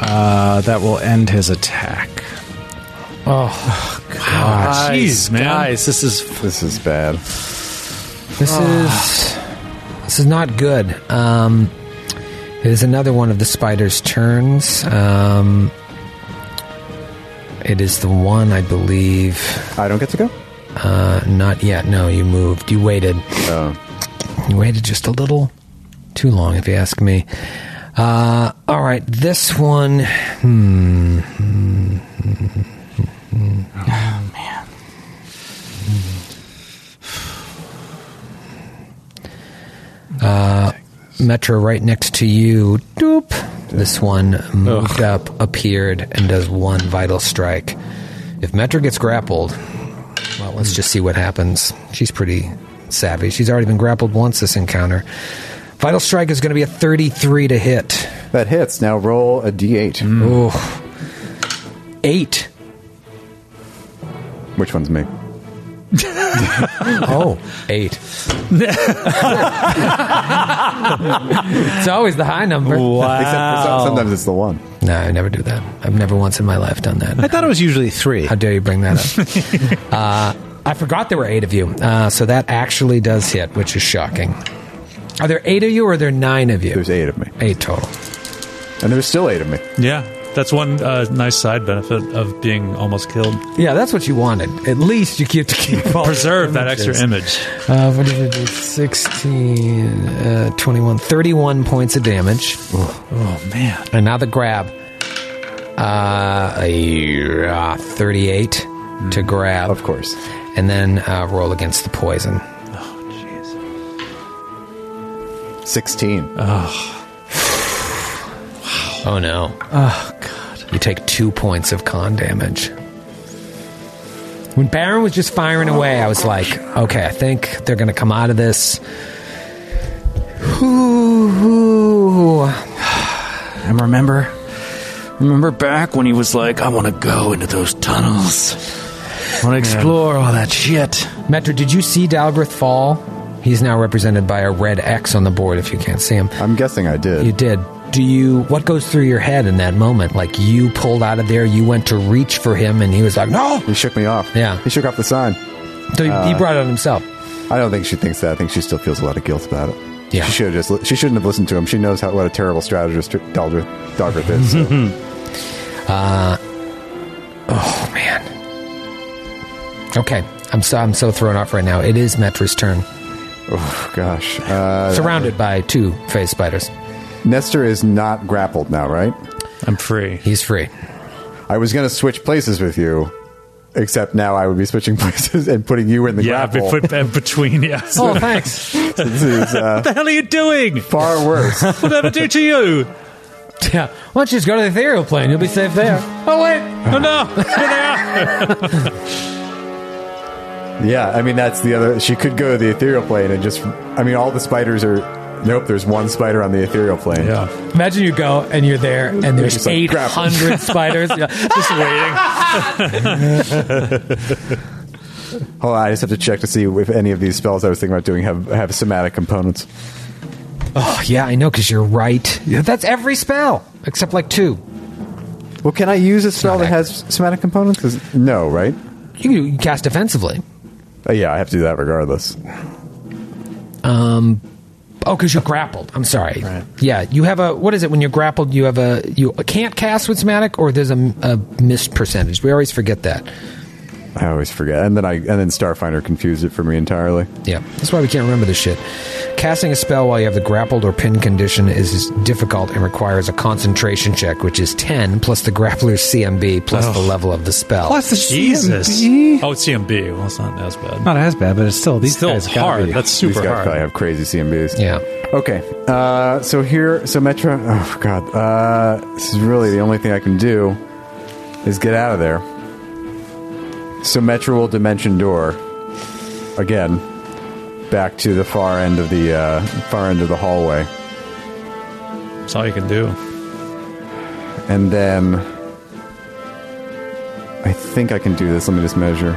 [SPEAKER 6] Uh, that will end his attack.
[SPEAKER 8] Jeez, man.
[SPEAKER 4] Guys, this is
[SPEAKER 5] This is bad.
[SPEAKER 10] This is this is not good. Um, it is another one of the spider's turns. Um, it is the one I believe.
[SPEAKER 5] I don't get to go.
[SPEAKER 10] Uh, not yet. No, you moved. You waited. You waited just a little too long, if you ask me. Uh, all right, this one. Hmm. Uh, Metro right next to you. Doop. This one moved up, appeared, and does one vital strike. If Metro gets grappled, well, let's just see what happens. She's pretty savvy. She's already been grappled once this encounter. Vital Strike is going to be a 33 to hit.
[SPEAKER 5] That hits. Now roll a d8.
[SPEAKER 10] Ooh. Eight.
[SPEAKER 5] Which one's me?
[SPEAKER 10] Oh,
[SPEAKER 6] (laughs)
[SPEAKER 10] eight. it's always the high number.
[SPEAKER 5] Except for some, sometimes it's the one.
[SPEAKER 10] No, I never do that. I've never once in my life done that.
[SPEAKER 6] I thought it was usually three.
[SPEAKER 10] How dare you bring
[SPEAKER 6] (laughs)
[SPEAKER 10] that up? uh, I forgot there were eight of you. Uh, so that actually does hit, which is shocking. Are there eight of you or are there nine of you?
[SPEAKER 5] There's eight of me,
[SPEAKER 10] eight total.
[SPEAKER 5] and there's still eight of me.
[SPEAKER 8] Yeah, that's one uh, nice side benefit of being almost killed.
[SPEAKER 10] Yeah, that's what you wanted. At least you get to keep
[SPEAKER 6] Oh,
[SPEAKER 10] all
[SPEAKER 8] (laughs) Preserve that
[SPEAKER 10] images.
[SPEAKER 8] extra image.
[SPEAKER 10] Uh, what did I do? 16, uh, 21, 31 points of damage.
[SPEAKER 8] Oh man,
[SPEAKER 10] And now the grab. Uh, a- uh, 38
[SPEAKER 8] Mm.
[SPEAKER 10] to grab.
[SPEAKER 5] Of course.
[SPEAKER 10] And then uh, roll against the poison.
[SPEAKER 5] Sixteen.
[SPEAKER 10] Oh no. Oh, God. You take two points of con damage. When Baron was just firing away, I was like, okay, I think they're going to come out of this. Ooh.
[SPEAKER 4] And remember, remember back when he was like, "I want to go into those tunnels, I want to explore all that shit."
[SPEAKER 10] Metro, did you see Dalbrith fall? He's now represented by a red X on the board if you can't see him.
[SPEAKER 5] I'm guessing I did.
[SPEAKER 10] You did. Do you, what goes through your head in that moment? Like you pulled out of there, you went to reach for him, and he was like, no!
[SPEAKER 5] he shook me off.
[SPEAKER 10] Yeah.
[SPEAKER 5] He shook off the sign.
[SPEAKER 10] So he,
[SPEAKER 4] Uh,
[SPEAKER 10] he brought it on himself.
[SPEAKER 5] I don't think she thinks that. I think she still feels a lot of guilt about it.
[SPEAKER 10] Yeah.
[SPEAKER 5] She should have just. She shouldn't have listened to him. She knows how what a terrible strategist Daldrith, Daldrith is. so.
[SPEAKER 10] (laughs)
[SPEAKER 5] (laughs)
[SPEAKER 10] Oh, man. Okay. I'm so, I'm so thrown off right now. It is Metra's turn.
[SPEAKER 5] oh gosh. Uh,
[SPEAKER 10] Surrounded by two phase spiders.
[SPEAKER 5] Nestor is not grappled now, right?
[SPEAKER 8] I'm free.
[SPEAKER 10] He's free.
[SPEAKER 5] I was going to switch places with you, except now I would be switching (laughs) places and putting you in the
[SPEAKER 8] Yeah,
[SPEAKER 5] (laughs)
[SPEAKER 8] be-
[SPEAKER 5] grapple.
[SPEAKER 8] put- uh, between yeah.
[SPEAKER 10] (laughs) Oh, thanks.
[SPEAKER 5] this is uh,
[SPEAKER 8] (laughs) What the hell are you doing?
[SPEAKER 5] far worse.
[SPEAKER 8] What did I ever do
[SPEAKER 6] (laughs)
[SPEAKER 8] to you?
[SPEAKER 10] yeah. Why don't you just go to the ethereal plane? You'll be safe there. Oh, wait.
[SPEAKER 8] Oh no!
[SPEAKER 5] Yeah, I mean that's the other. She could go to the ethereal plane and just. I mean, all the spiders are. Nope, there's one spider on the ethereal plane.
[SPEAKER 8] Yeah,
[SPEAKER 10] Imagine you go and you're there, and
[SPEAKER 5] Just
[SPEAKER 10] there's
[SPEAKER 5] like,
[SPEAKER 10] eight
[SPEAKER 5] grab 'em.
[SPEAKER 10] hundred (laughs) spiders. Yeah.
[SPEAKER 8] just waiting.
[SPEAKER 5] Hold on, I just have to check to see if any of these spells I was thinking about doing have have somatic components.
[SPEAKER 10] Oh, yeah, I know because you're right. Yeah, that's every spell except like two.
[SPEAKER 5] Well, can I use a spell that
[SPEAKER 10] Somatic.
[SPEAKER 5] has somatic components? Is- No, right?
[SPEAKER 10] You can you can cast defensively.
[SPEAKER 5] Uh, yeah, I have to do that regardless.
[SPEAKER 10] Oh, because you're grappled. I'm sorry. Yeah, you have a what is it when you're grappled? You have a you can't cast with somatic, or there's a, a missed percentage. We always forget that.
[SPEAKER 5] I always forget, and then I and then Starfinder confused it for me entirely.
[SPEAKER 10] Yeah, that's why we can't remember this shit. Casting a spell while you have the grappled or pinned condition is difficult and requires a concentration check, which is ten plus the grappler's CMB plus the level of the spell.
[SPEAKER 6] Plus the
[SPEAKER 8] Jesus.
[SPEAKER 6] CMB.
[SPEAKER 8] Oh, it's CMB. Well, it's not as bad.
[SPEAKER 6] Not as bad, but it's still these
[SPEAKER 8] Still
[SPEAKER 6] guys gotta
[SPEAKER 8] hard.
[SPEAKER 6] be-
[SPEAKER 8] That's
[SPEAKER 5] These
[SPEAKER 8] super
[SPEAKER 5] guys probably
[SPEAKER 8] hard.
[SPEAKER 5] have crazy CMBs.
[SPEAKER 10] Yeah.
[SPEAKER 5] Okay. Uh, so here, so Metro. Oh God. Uh, this is really the only thing I can do is get out of there. symmetrical dimension door. Again, back to the far end of the uh, far end of the hallway,
[SPEAKER 8] That's all you can do.
[SPEAKER 5] and then I think I can do this. Let me just measure.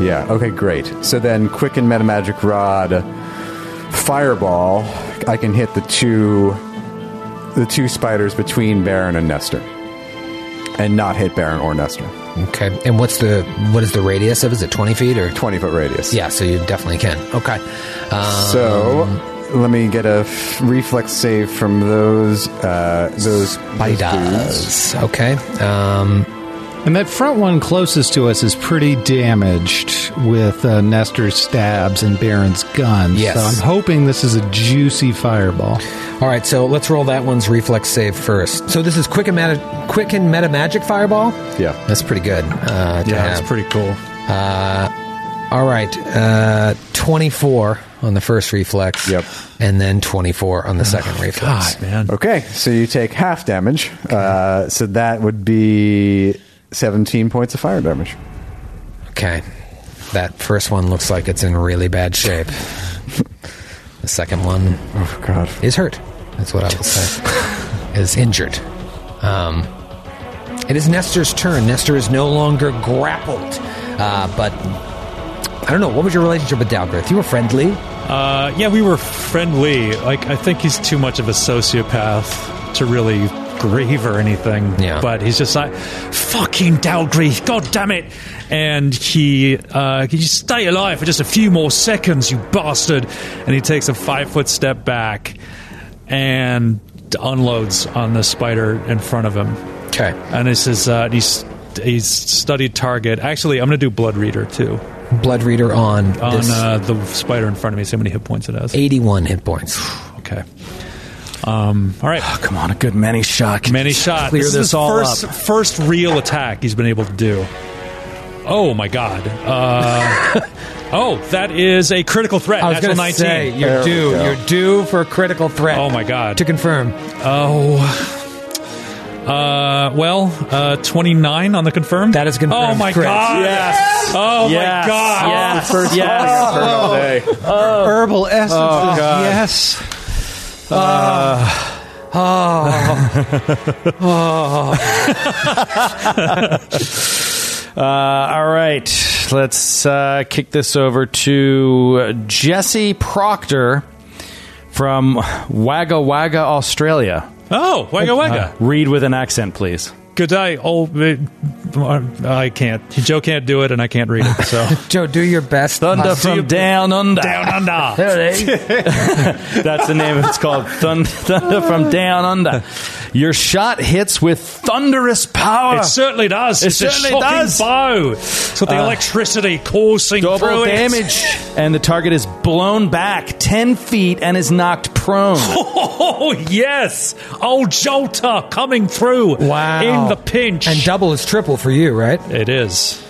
[SPEAKER 5] Yeah. Okay. Great. So then, quicken metamagic rod, fireball. I can hit the two, the two spiders between Baron and Nestor, and not hit Baron or Nestor.
[SPEAKER 2] Okay. And what's the what is the radius of? Is it twenty feet or?
[SPEAKER 5] Twenty foot radius.
[SPEAKER 2] Yeah. So you definitely can. Okay. Um,
[SPEAKER 5] So let me get a f- reflex save from those uh, those
[SPEAKER 2] Body
[SPEAKER 5] dudes.
[SPEAKER 2] does. Okay.
[SPEAKER 10] uh,
[SPEAKER 2] Um,
[SPEAKER 6] And that front one closest to us is pretty damaged with uh, Nestor's stabs and Baron's guns.
[SPEAKER 2] Yes.
[SPEAKER 6] So I'm hoping this is a juicy fireball.
[SPEAKER 2] all right. So let's roll that one's reflex save first. So this is quick and meta, quick and meta magic fireball.
[SPEAKER 5] Yeah.
[SPEAKER 2] That's pretty good. Uh, to
[SPEAKER 8] Yeah,
[SPEAKER 2] have.
[SPEAKER 8] it's pretty cool.
[SPEAKER 2] All right, uh, 24 on the first reflex.
[SPEAKER 5] Yep.
[SPEAKER 2] And then 24 on the second reflex.
[SPEAKER 8] man.
[SPEAKER 5] Okay, so you take half damage. Uh, so that would be seventeen points of fire damage.
[SPEAKER 2] Okay. That first one looks like it's in really bad shape. the second one
[SPEAKER 5] Oh God.
[SPEAKER 2] is hurt. That's what I will
[SPEAKER 8] (laughs)
[SPEAKER 2] say. is injured. Um, it is Nestor's turn. Nestor is no longer grappled. Uh, but I don't know. What was your relationship with Dalgrith? You were friendly.
[SPEAKER 8] Uh, yeah, we were friendly. Like, I think he's too much of a sociopath to really grieve or anything.
[SPEAKER 2] Yeah.
[SPEAKER 8] But he's just like, fucking Dalgreath, god damn it! And he, uh, can you stay alive for just a few more seconds, you bastard? And he takes a five foot step back and unloads on the spider in front of him.
[SPEAKER 2] Okay.
[SPEAKER 8] And this is, uh, he's, he's studied target. Actually, I'm going to do Blood Reader too
[SPEAKER 2] Blood reader on,
[SPEAKER 8] on
[SPEAKER 2] this
[SPEAKER 8] uh, the spider in front of me. See how many hit points it has.
[SPEAKER 2] 81 hit points.
[SPEAKER 8] Okay. Um, all right.
[SPEAKER 10] Come on, a good many shot.
[SPEAKER 8] Many shots.
[SPEAKER 10] Clear
[SPEAKER 8] is
[SPEAKER 10] this
[SPEAKER 8] his
[SPEAKER 10] all
[SPEAKER 8] first, First real attack he's been able to do. Oh my god. Uh, (laughs) oh, that is a critical threat.
[SPEAKER 2] I was going
[SPEAKER 8] Natural
[SPEAKER 2] to
[SPEAKER 8] 19.
[SPEAKER 2] say you're
[SPEAKER 5] There we
[SPEAKER 2] due.
[SPEAKER 5] go.
[SPEAKER 2] You're due for a critical threat.
[SPEAKER 8] Oh my God.
[SPEAKER 2] To confirm,
[SPEAKER 8] oh. Uh, well, uh, 29 on the confirmed.
[SPEAKER 2] That is confirmed
[SPEAKER 8] Oh my
[SPEAKER 2] crit.
[SPEAKER 8] god. Yes. Oh my god.
[SPEAKER 5] First yes.
[SPEAKER 6] Herbal essence.
[SPEAKER 4] Oh,
[SPEAKER 6] yes.
[SPEAKER 4] (laughs) Uh, all right, let's uh, kick this over to Jesse Proctor from Wagga Wagga, Australia.
[SPEAKER 8] Oh, wagga wagga.
[SPEAKER 4] Uh, read with an accent, please.
[SPEAKER 8] Good day. Oh, uh, I can't. Joe can't do it, and I can't read it. So
[SPEAKER 2] Joe, do your best.
[SPEAKER 4] Thunder
[SPEAKER 2] Must-
[SPEAKER 4] from Down Under.
[SPEAKER 8] down under.
[SPEAKER 2] Hey,
[SPEAKER 4] That's the name. It's called Thun- Thunder from Down Under. Your shot hits with thunderous power.
[SPEAKER 8] It certainly does.
[SPEAKER 4] It
[SPEAKER 8] it's
[SPEAKER 4] certainly
[SPEAKER 8] a shocking
[SPEAKER 4] does.
[SPEAKER 8] bow. It's got the electricity coursing
[SPEAKER 4] Double
[SPEAKER 8] through it.
[SPEAKER 4] damage, and the target is blown back ten feet and is knocked prone.
[SPEAKER 8] (laughs) Oh yes, old Jolter coming through.
[SPEAKER 2] Wow.
[SPEAKER 8] in the pinch.
[SPEAKER 2] and double is triple for you, right?
[SPEAKER 8] it is.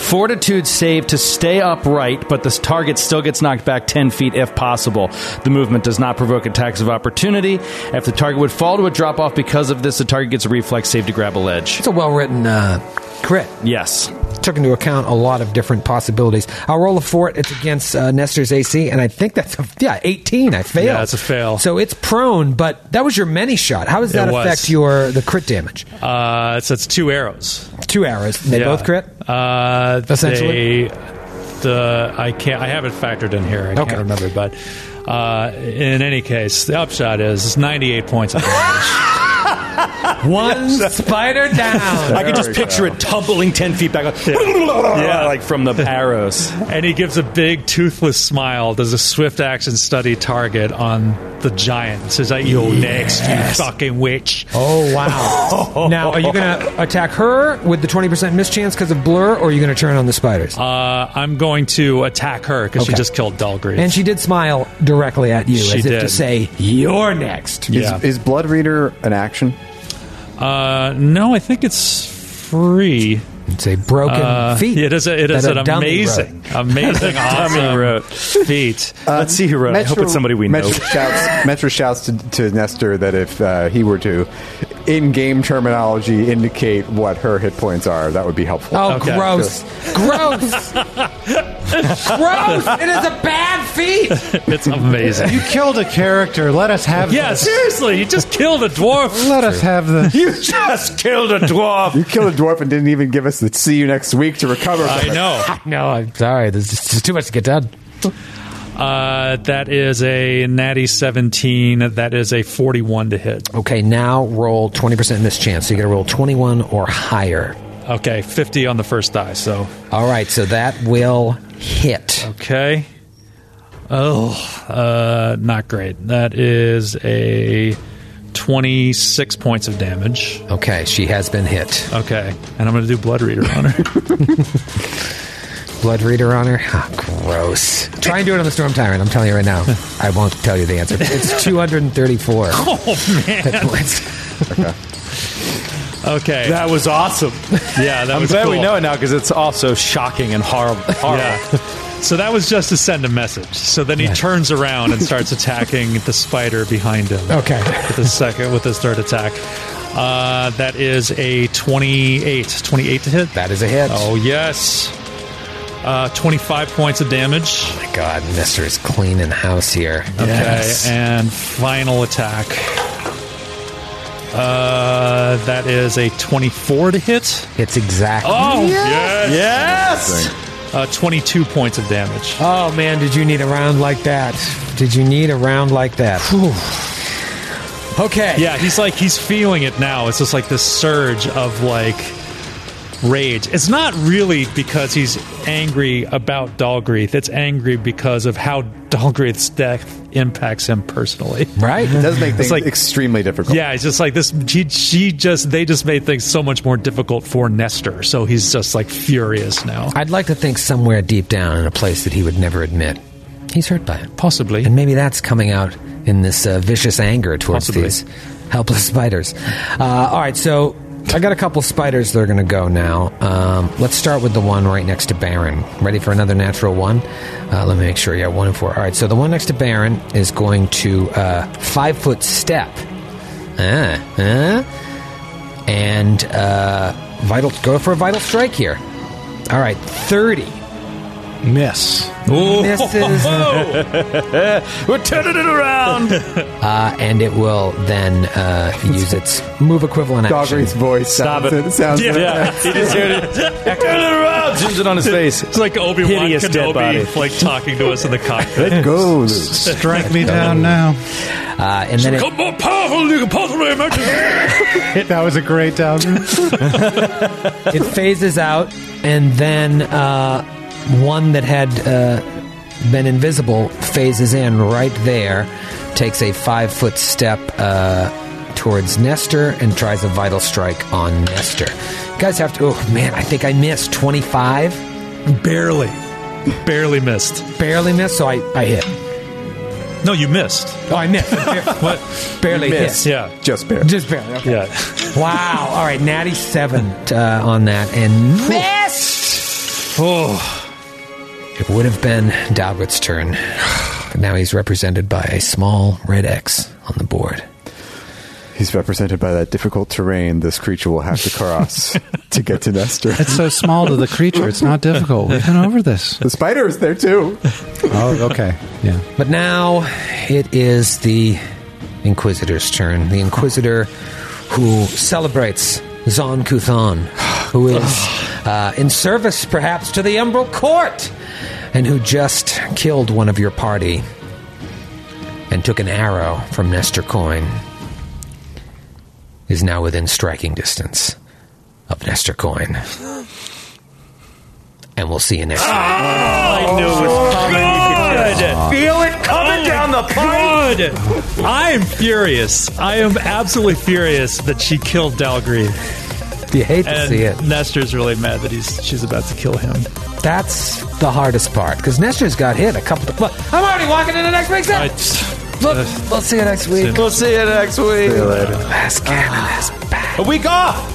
[SPEAKER 4] Fortitude save to stay upright, but this target still gets knocked back 10 feet if possible. The movement does not provoke attacks of opportunity. If the target would fall to a drop off because of this, the target gets a reflex save to grab a ledge.
[SPEAKER 2] It's a well written uh, crit.
[SPEAKER 4] Yes.
[SPEAKER 2] Took into account a lot of different possibilities. I'll roll a fort. It's against uh, Nestor's AC, and I think that's a, yeah, 18. I failed.
[SPEAKER 8] Yeah, it's a fail.
[SPEAKER 2] So it's prone, but that was your many shot. How does that
[SPEAKER 8] It was.
[SPEAKER 2] affect your the crit damage?
[SPEAKER 8] Uh, so it's two arrows.
[SPEAKER 2] Two arrows. They
[SPEAKER 8] Yeah.
[SPEAKER 2] both crit.
[SPEAKER 8] Uh,
[SPEAKER 2] Essentially?
[SPEAKER 8] they- the I can't. I have it factored in here. I
[SPEAKER 2] Okay.
[SPEAKER 8] can't remember, but uh, in any case, the upshot is it's 98 points. of damage.
[SPEAKER 2] One spider down.
[SPEAKER 4] I could just picture it tumbling 10 feet back. Like, (laughs) yeah, like from the arrows.
[SPEAKER 8] and he gives a big toothless smile. Does a swift action study target on the giant. and Says, "You're next, you fucking witch."
[SPEAKER 2] (laughs) Oh wow!
[SPEAKER 8] Oh,
[SPEAKER 2] now, are you going to attack her with the twenty percent mischance because of blur, or are you going to turn on the spiders?
[SPEAKER 8] Uh, I'm going to attack her because
[SPEAKER 2] Okay.
[SPEAKER 8] she just killed Dalgreath.
[SPEAKER 2] and she did smile directly at you,
[SPEAKER 8] She
[SPEAKER 2] as if to
[SPEAKER 8] did.
[SPEAKER 2] say, "You're next."
[SPEAKER 8] yeah.
[SPEAKER 5] Is, is blood reader an action?
[SPEAKER 8] uh, no, I think it's free.
[SPEAKER 2] It's a broken
[SPEAKER 8] Uh,
[SPEAKER 2] feet.
[SPEAKER 8] It is. A, it
[SPEAKER 2] (laughs)
[SPEAKER 8] is
[SPEAKER 2] that
[SPEAKER 8] an
[SPEAKER 2] a dummy Uh,
[SPEAKER 8] amazing, amazing, awesome feat.
[SPEAKER 4] Let's see who wrote it. I hope it's somebody we know.
[SPEAKER 5] Metro shouts, Metro shouts to, to Nestor that if uh, he were to in game terminology indicate what her hit points are, that would be helpful.
[SPEAKER 10] Oh, gross.
[SPEAKER 8] (laughs)
[SPEAKER 10] Gross. gross. It is a bad feat.
[SPEAKER 2] (laughs)
[SPEAKER 8] It's amazing.
[SPEAKER 6] You killed a character. Let us have
[SPEAKER 8] yeah, seriously, you just killed a dwarf.
[SPEAKER 6] this. Let us have the.
[SPEAKER 12] You just killed a dwarf.
[SPEAKER 5] You killed a dwarf and didn't even give us the see you next week to recover.
[SPEAKER 8] I know.
[SPEAKER 10] No, I'm sorry. There's just there's too much to get done.
[SPEAKER 8] Uh, that is a natty 17. That is a 41 to hit.
[SPEAKER 10] Okay, now roll 20% miss chance. So you got to roll 21 or higher.
[SPEAKER 8] Okay, 50 on the first die. So,
[SPEAKER 10] All right, so that will hit.
[SPEAKER 8] okay. Oh, uh, not great. That is a 26 points of damage.
[SPEAKER 10] Okay, she has been hit.
[SPEAKER 8] Okay, and I'm going to do Blood Reader on her.
[SPEAKER 10] Blood reader on her? Ah, gross. Try and do it on the storm tyrant. I'm telling you right now. I won't tell you the answer.
[SPEAKER 8] (laughs)
[SPEAKER 10] It's 234
[SPEAKER 8] oh, man.
[SPEAKER 10] hit points.
[SPEAKER 8] (laughs) Okay.
[SPEAKER 4] That was awesome.
[SPEAKER 8] yeah, that
[SPEAKER 4] I'm
[SPEAKER 8] was
[SPEAKER 4] glad
[SPEAKER 8] cool.
[SPEAKER 4] we know it now because it's also shocking and horrible. horrible.
[SPEAKER 8] Yeah. (laughs) So that was just to send a message. So then he turns around and starts attacking the spider behind him.
[SPEAKER 10] Okay.
[SPEAKER 8] With his second, with his third attack, uh, that is a 28, 28 to hit.
[SPEAKER 10] That is a hit.
[SPEAKER 8] Oh yes, uh, 25 points of damage.
[SPEAKER 10] my God. Mister is cleaning house here.
[SPEAKER 8] Okay, and final attack. Uh, that is a 24 to hit.
[SPEAKER 10] It's exactly.
[SPEAKER 8] Oh yes, yes. Uh, 22 points of damage.
[SPEAKER 10] Oh man, did you need a round like that? Did you need a round like that? Okay.
[SPEAKER 8] Yeah, he's like he's feeling it now. It's just like this surge of like rage. It's not really because he's angry about Dalgreath. It's angry because of how Dalgreath's death impacts him personally.
[SPEAKER 10] Right?
[SPEAKER 5] It does make things
[SPEAKER 8] like-
[SPEAKER 5] extremely difficult.
[SPEAKER 8] Yeah, it's just like this. She, she just they just made things so much more difficult for Nestor. So he's just like furious now.
[SPEAKER 10] I'd like to think somewhere deep down in a place that he would never admit, he's hurt by it.
[SPEAKER 8] Possibly.
[SPEAKER 10] And maybe that's coming out in this uh, vicious anger towards
[SPEAKER 8] Possibly.
[SPEAKER 10] these helpless spiders. Uh, all right, so I got a couple spiders that are going to go now. Um, let's start with the one right next to Baron. Ready for another natural one? Uh, let me make sure. Yeah, one and four. All right, so the one next to Baron is going to uh, five foot step. Uh, uh, and uh, vital go for a vital strike here. All right, 30.
[SPEAKER 6] Miss.
[SPEAKER 10] Misses.
[SPEAKER 4] We're turning it around.
[SPEAKER 10] Uh, and it will then uh, use its move equivalent action.
[SPEAKER 5] Dogreed's voice
[SPEAKER 4] Stop
[SPEAKER 5] sounds,
[SPEAKER 4] it.
[SPEAKER 5] sounds
[SPEAKER 4] yeah, he just heard it. Turn it around. Zooms it on his face.
[SPEAKER 8] (laughs) It's like Obi Wan
[SPEAKER 4] Hideous dead body.
[SPEAKER 8] Kenobi, like talking to us in the cockpit.
[SPEAKER 5] It goes.
[SPEAKER 6] Strike me down now.
[SPEAKER 10] Uh, and then it,
[SPEAKER 8] Become more powerful than you can possibly imagine.
[SPEAKER 6] That was a great down.
[SPEAKER 10] it phases out, and then uh, one that had uh, been invisible phases in right there, takes a five foot step uh, towards Nestor, and tries a vital strike on Nestor. You guys have to. Oh man, I think I missed twenty five,
[SPEAKER 8] Barely, barely missed.
[SPEAKER 10] barely missed, so I, I hit.
[SPEAKER 8] No, you missed.
[SPEAKER 10] Oh,
[SPEAKER 5] (laughs)
[SPEAKER 10] I missed,
[SPEAKER 8] What?
[SPEAKER 10] barely
[SPEAKER 5] Miss.
[SPEAKER 10] hit.
[SPEAKER 8] Yeah,
[SPEAKER 5] Just barely.
[SPEAKER 10] Just barely. Okay.
[SPEAKER 8] yeah.
[SPEAKER 10] Wow. All right, Natty seven uh, on that and missed.
[SPEAKER 8] Oh,
[SPEAKER 10] It would have been Dalgut's turn, (sighs) but now he's represented by a small red X on the board.
[SPEAKER 5] He's represented by that difficult terrain this creature will have to cross to get to Nestor.
[SPEAKER 6] It's so small to the creature. It's not difficult. We've been over this.
[SPEAKER 5] The spider is there too.
[SPEAKER 6] Oh, okay. Yeah.
[SPEAKER 10] But now it is the Inquisitor's turn. The Inquisitor who celebrates Zon Kuthan, who is uh, in service perhaps to the Umbral Court, and who just killed one of your party and took an arrow from Nestor Coin, is now within striking distance of Nestor Coin. And we'll see you next time.
[SPEAKER 8] Oh, Feel it coming down the pipe. I am furious. I am absolutely furious that she killed Dalgreen.
[SPEAKER 10] You hate to
[SPEAKER 8] And
[SPEAKER 10] see it.
[SPEAKER 8] Nestor's really mad that he's she's about to kill him.
[SPEAKER 10] That's the hardest part because Nestor's got hit a couple. Of, well, I'm already walking into next week's
[SPEAKER 8] I,
[SPEAKER 10] episode. Look, we'll see you next week.
[SPEAKER 4] We'll see you next week.
[SPEAKER 10] Last cannon is back.
[SPEAKER 4] A week off.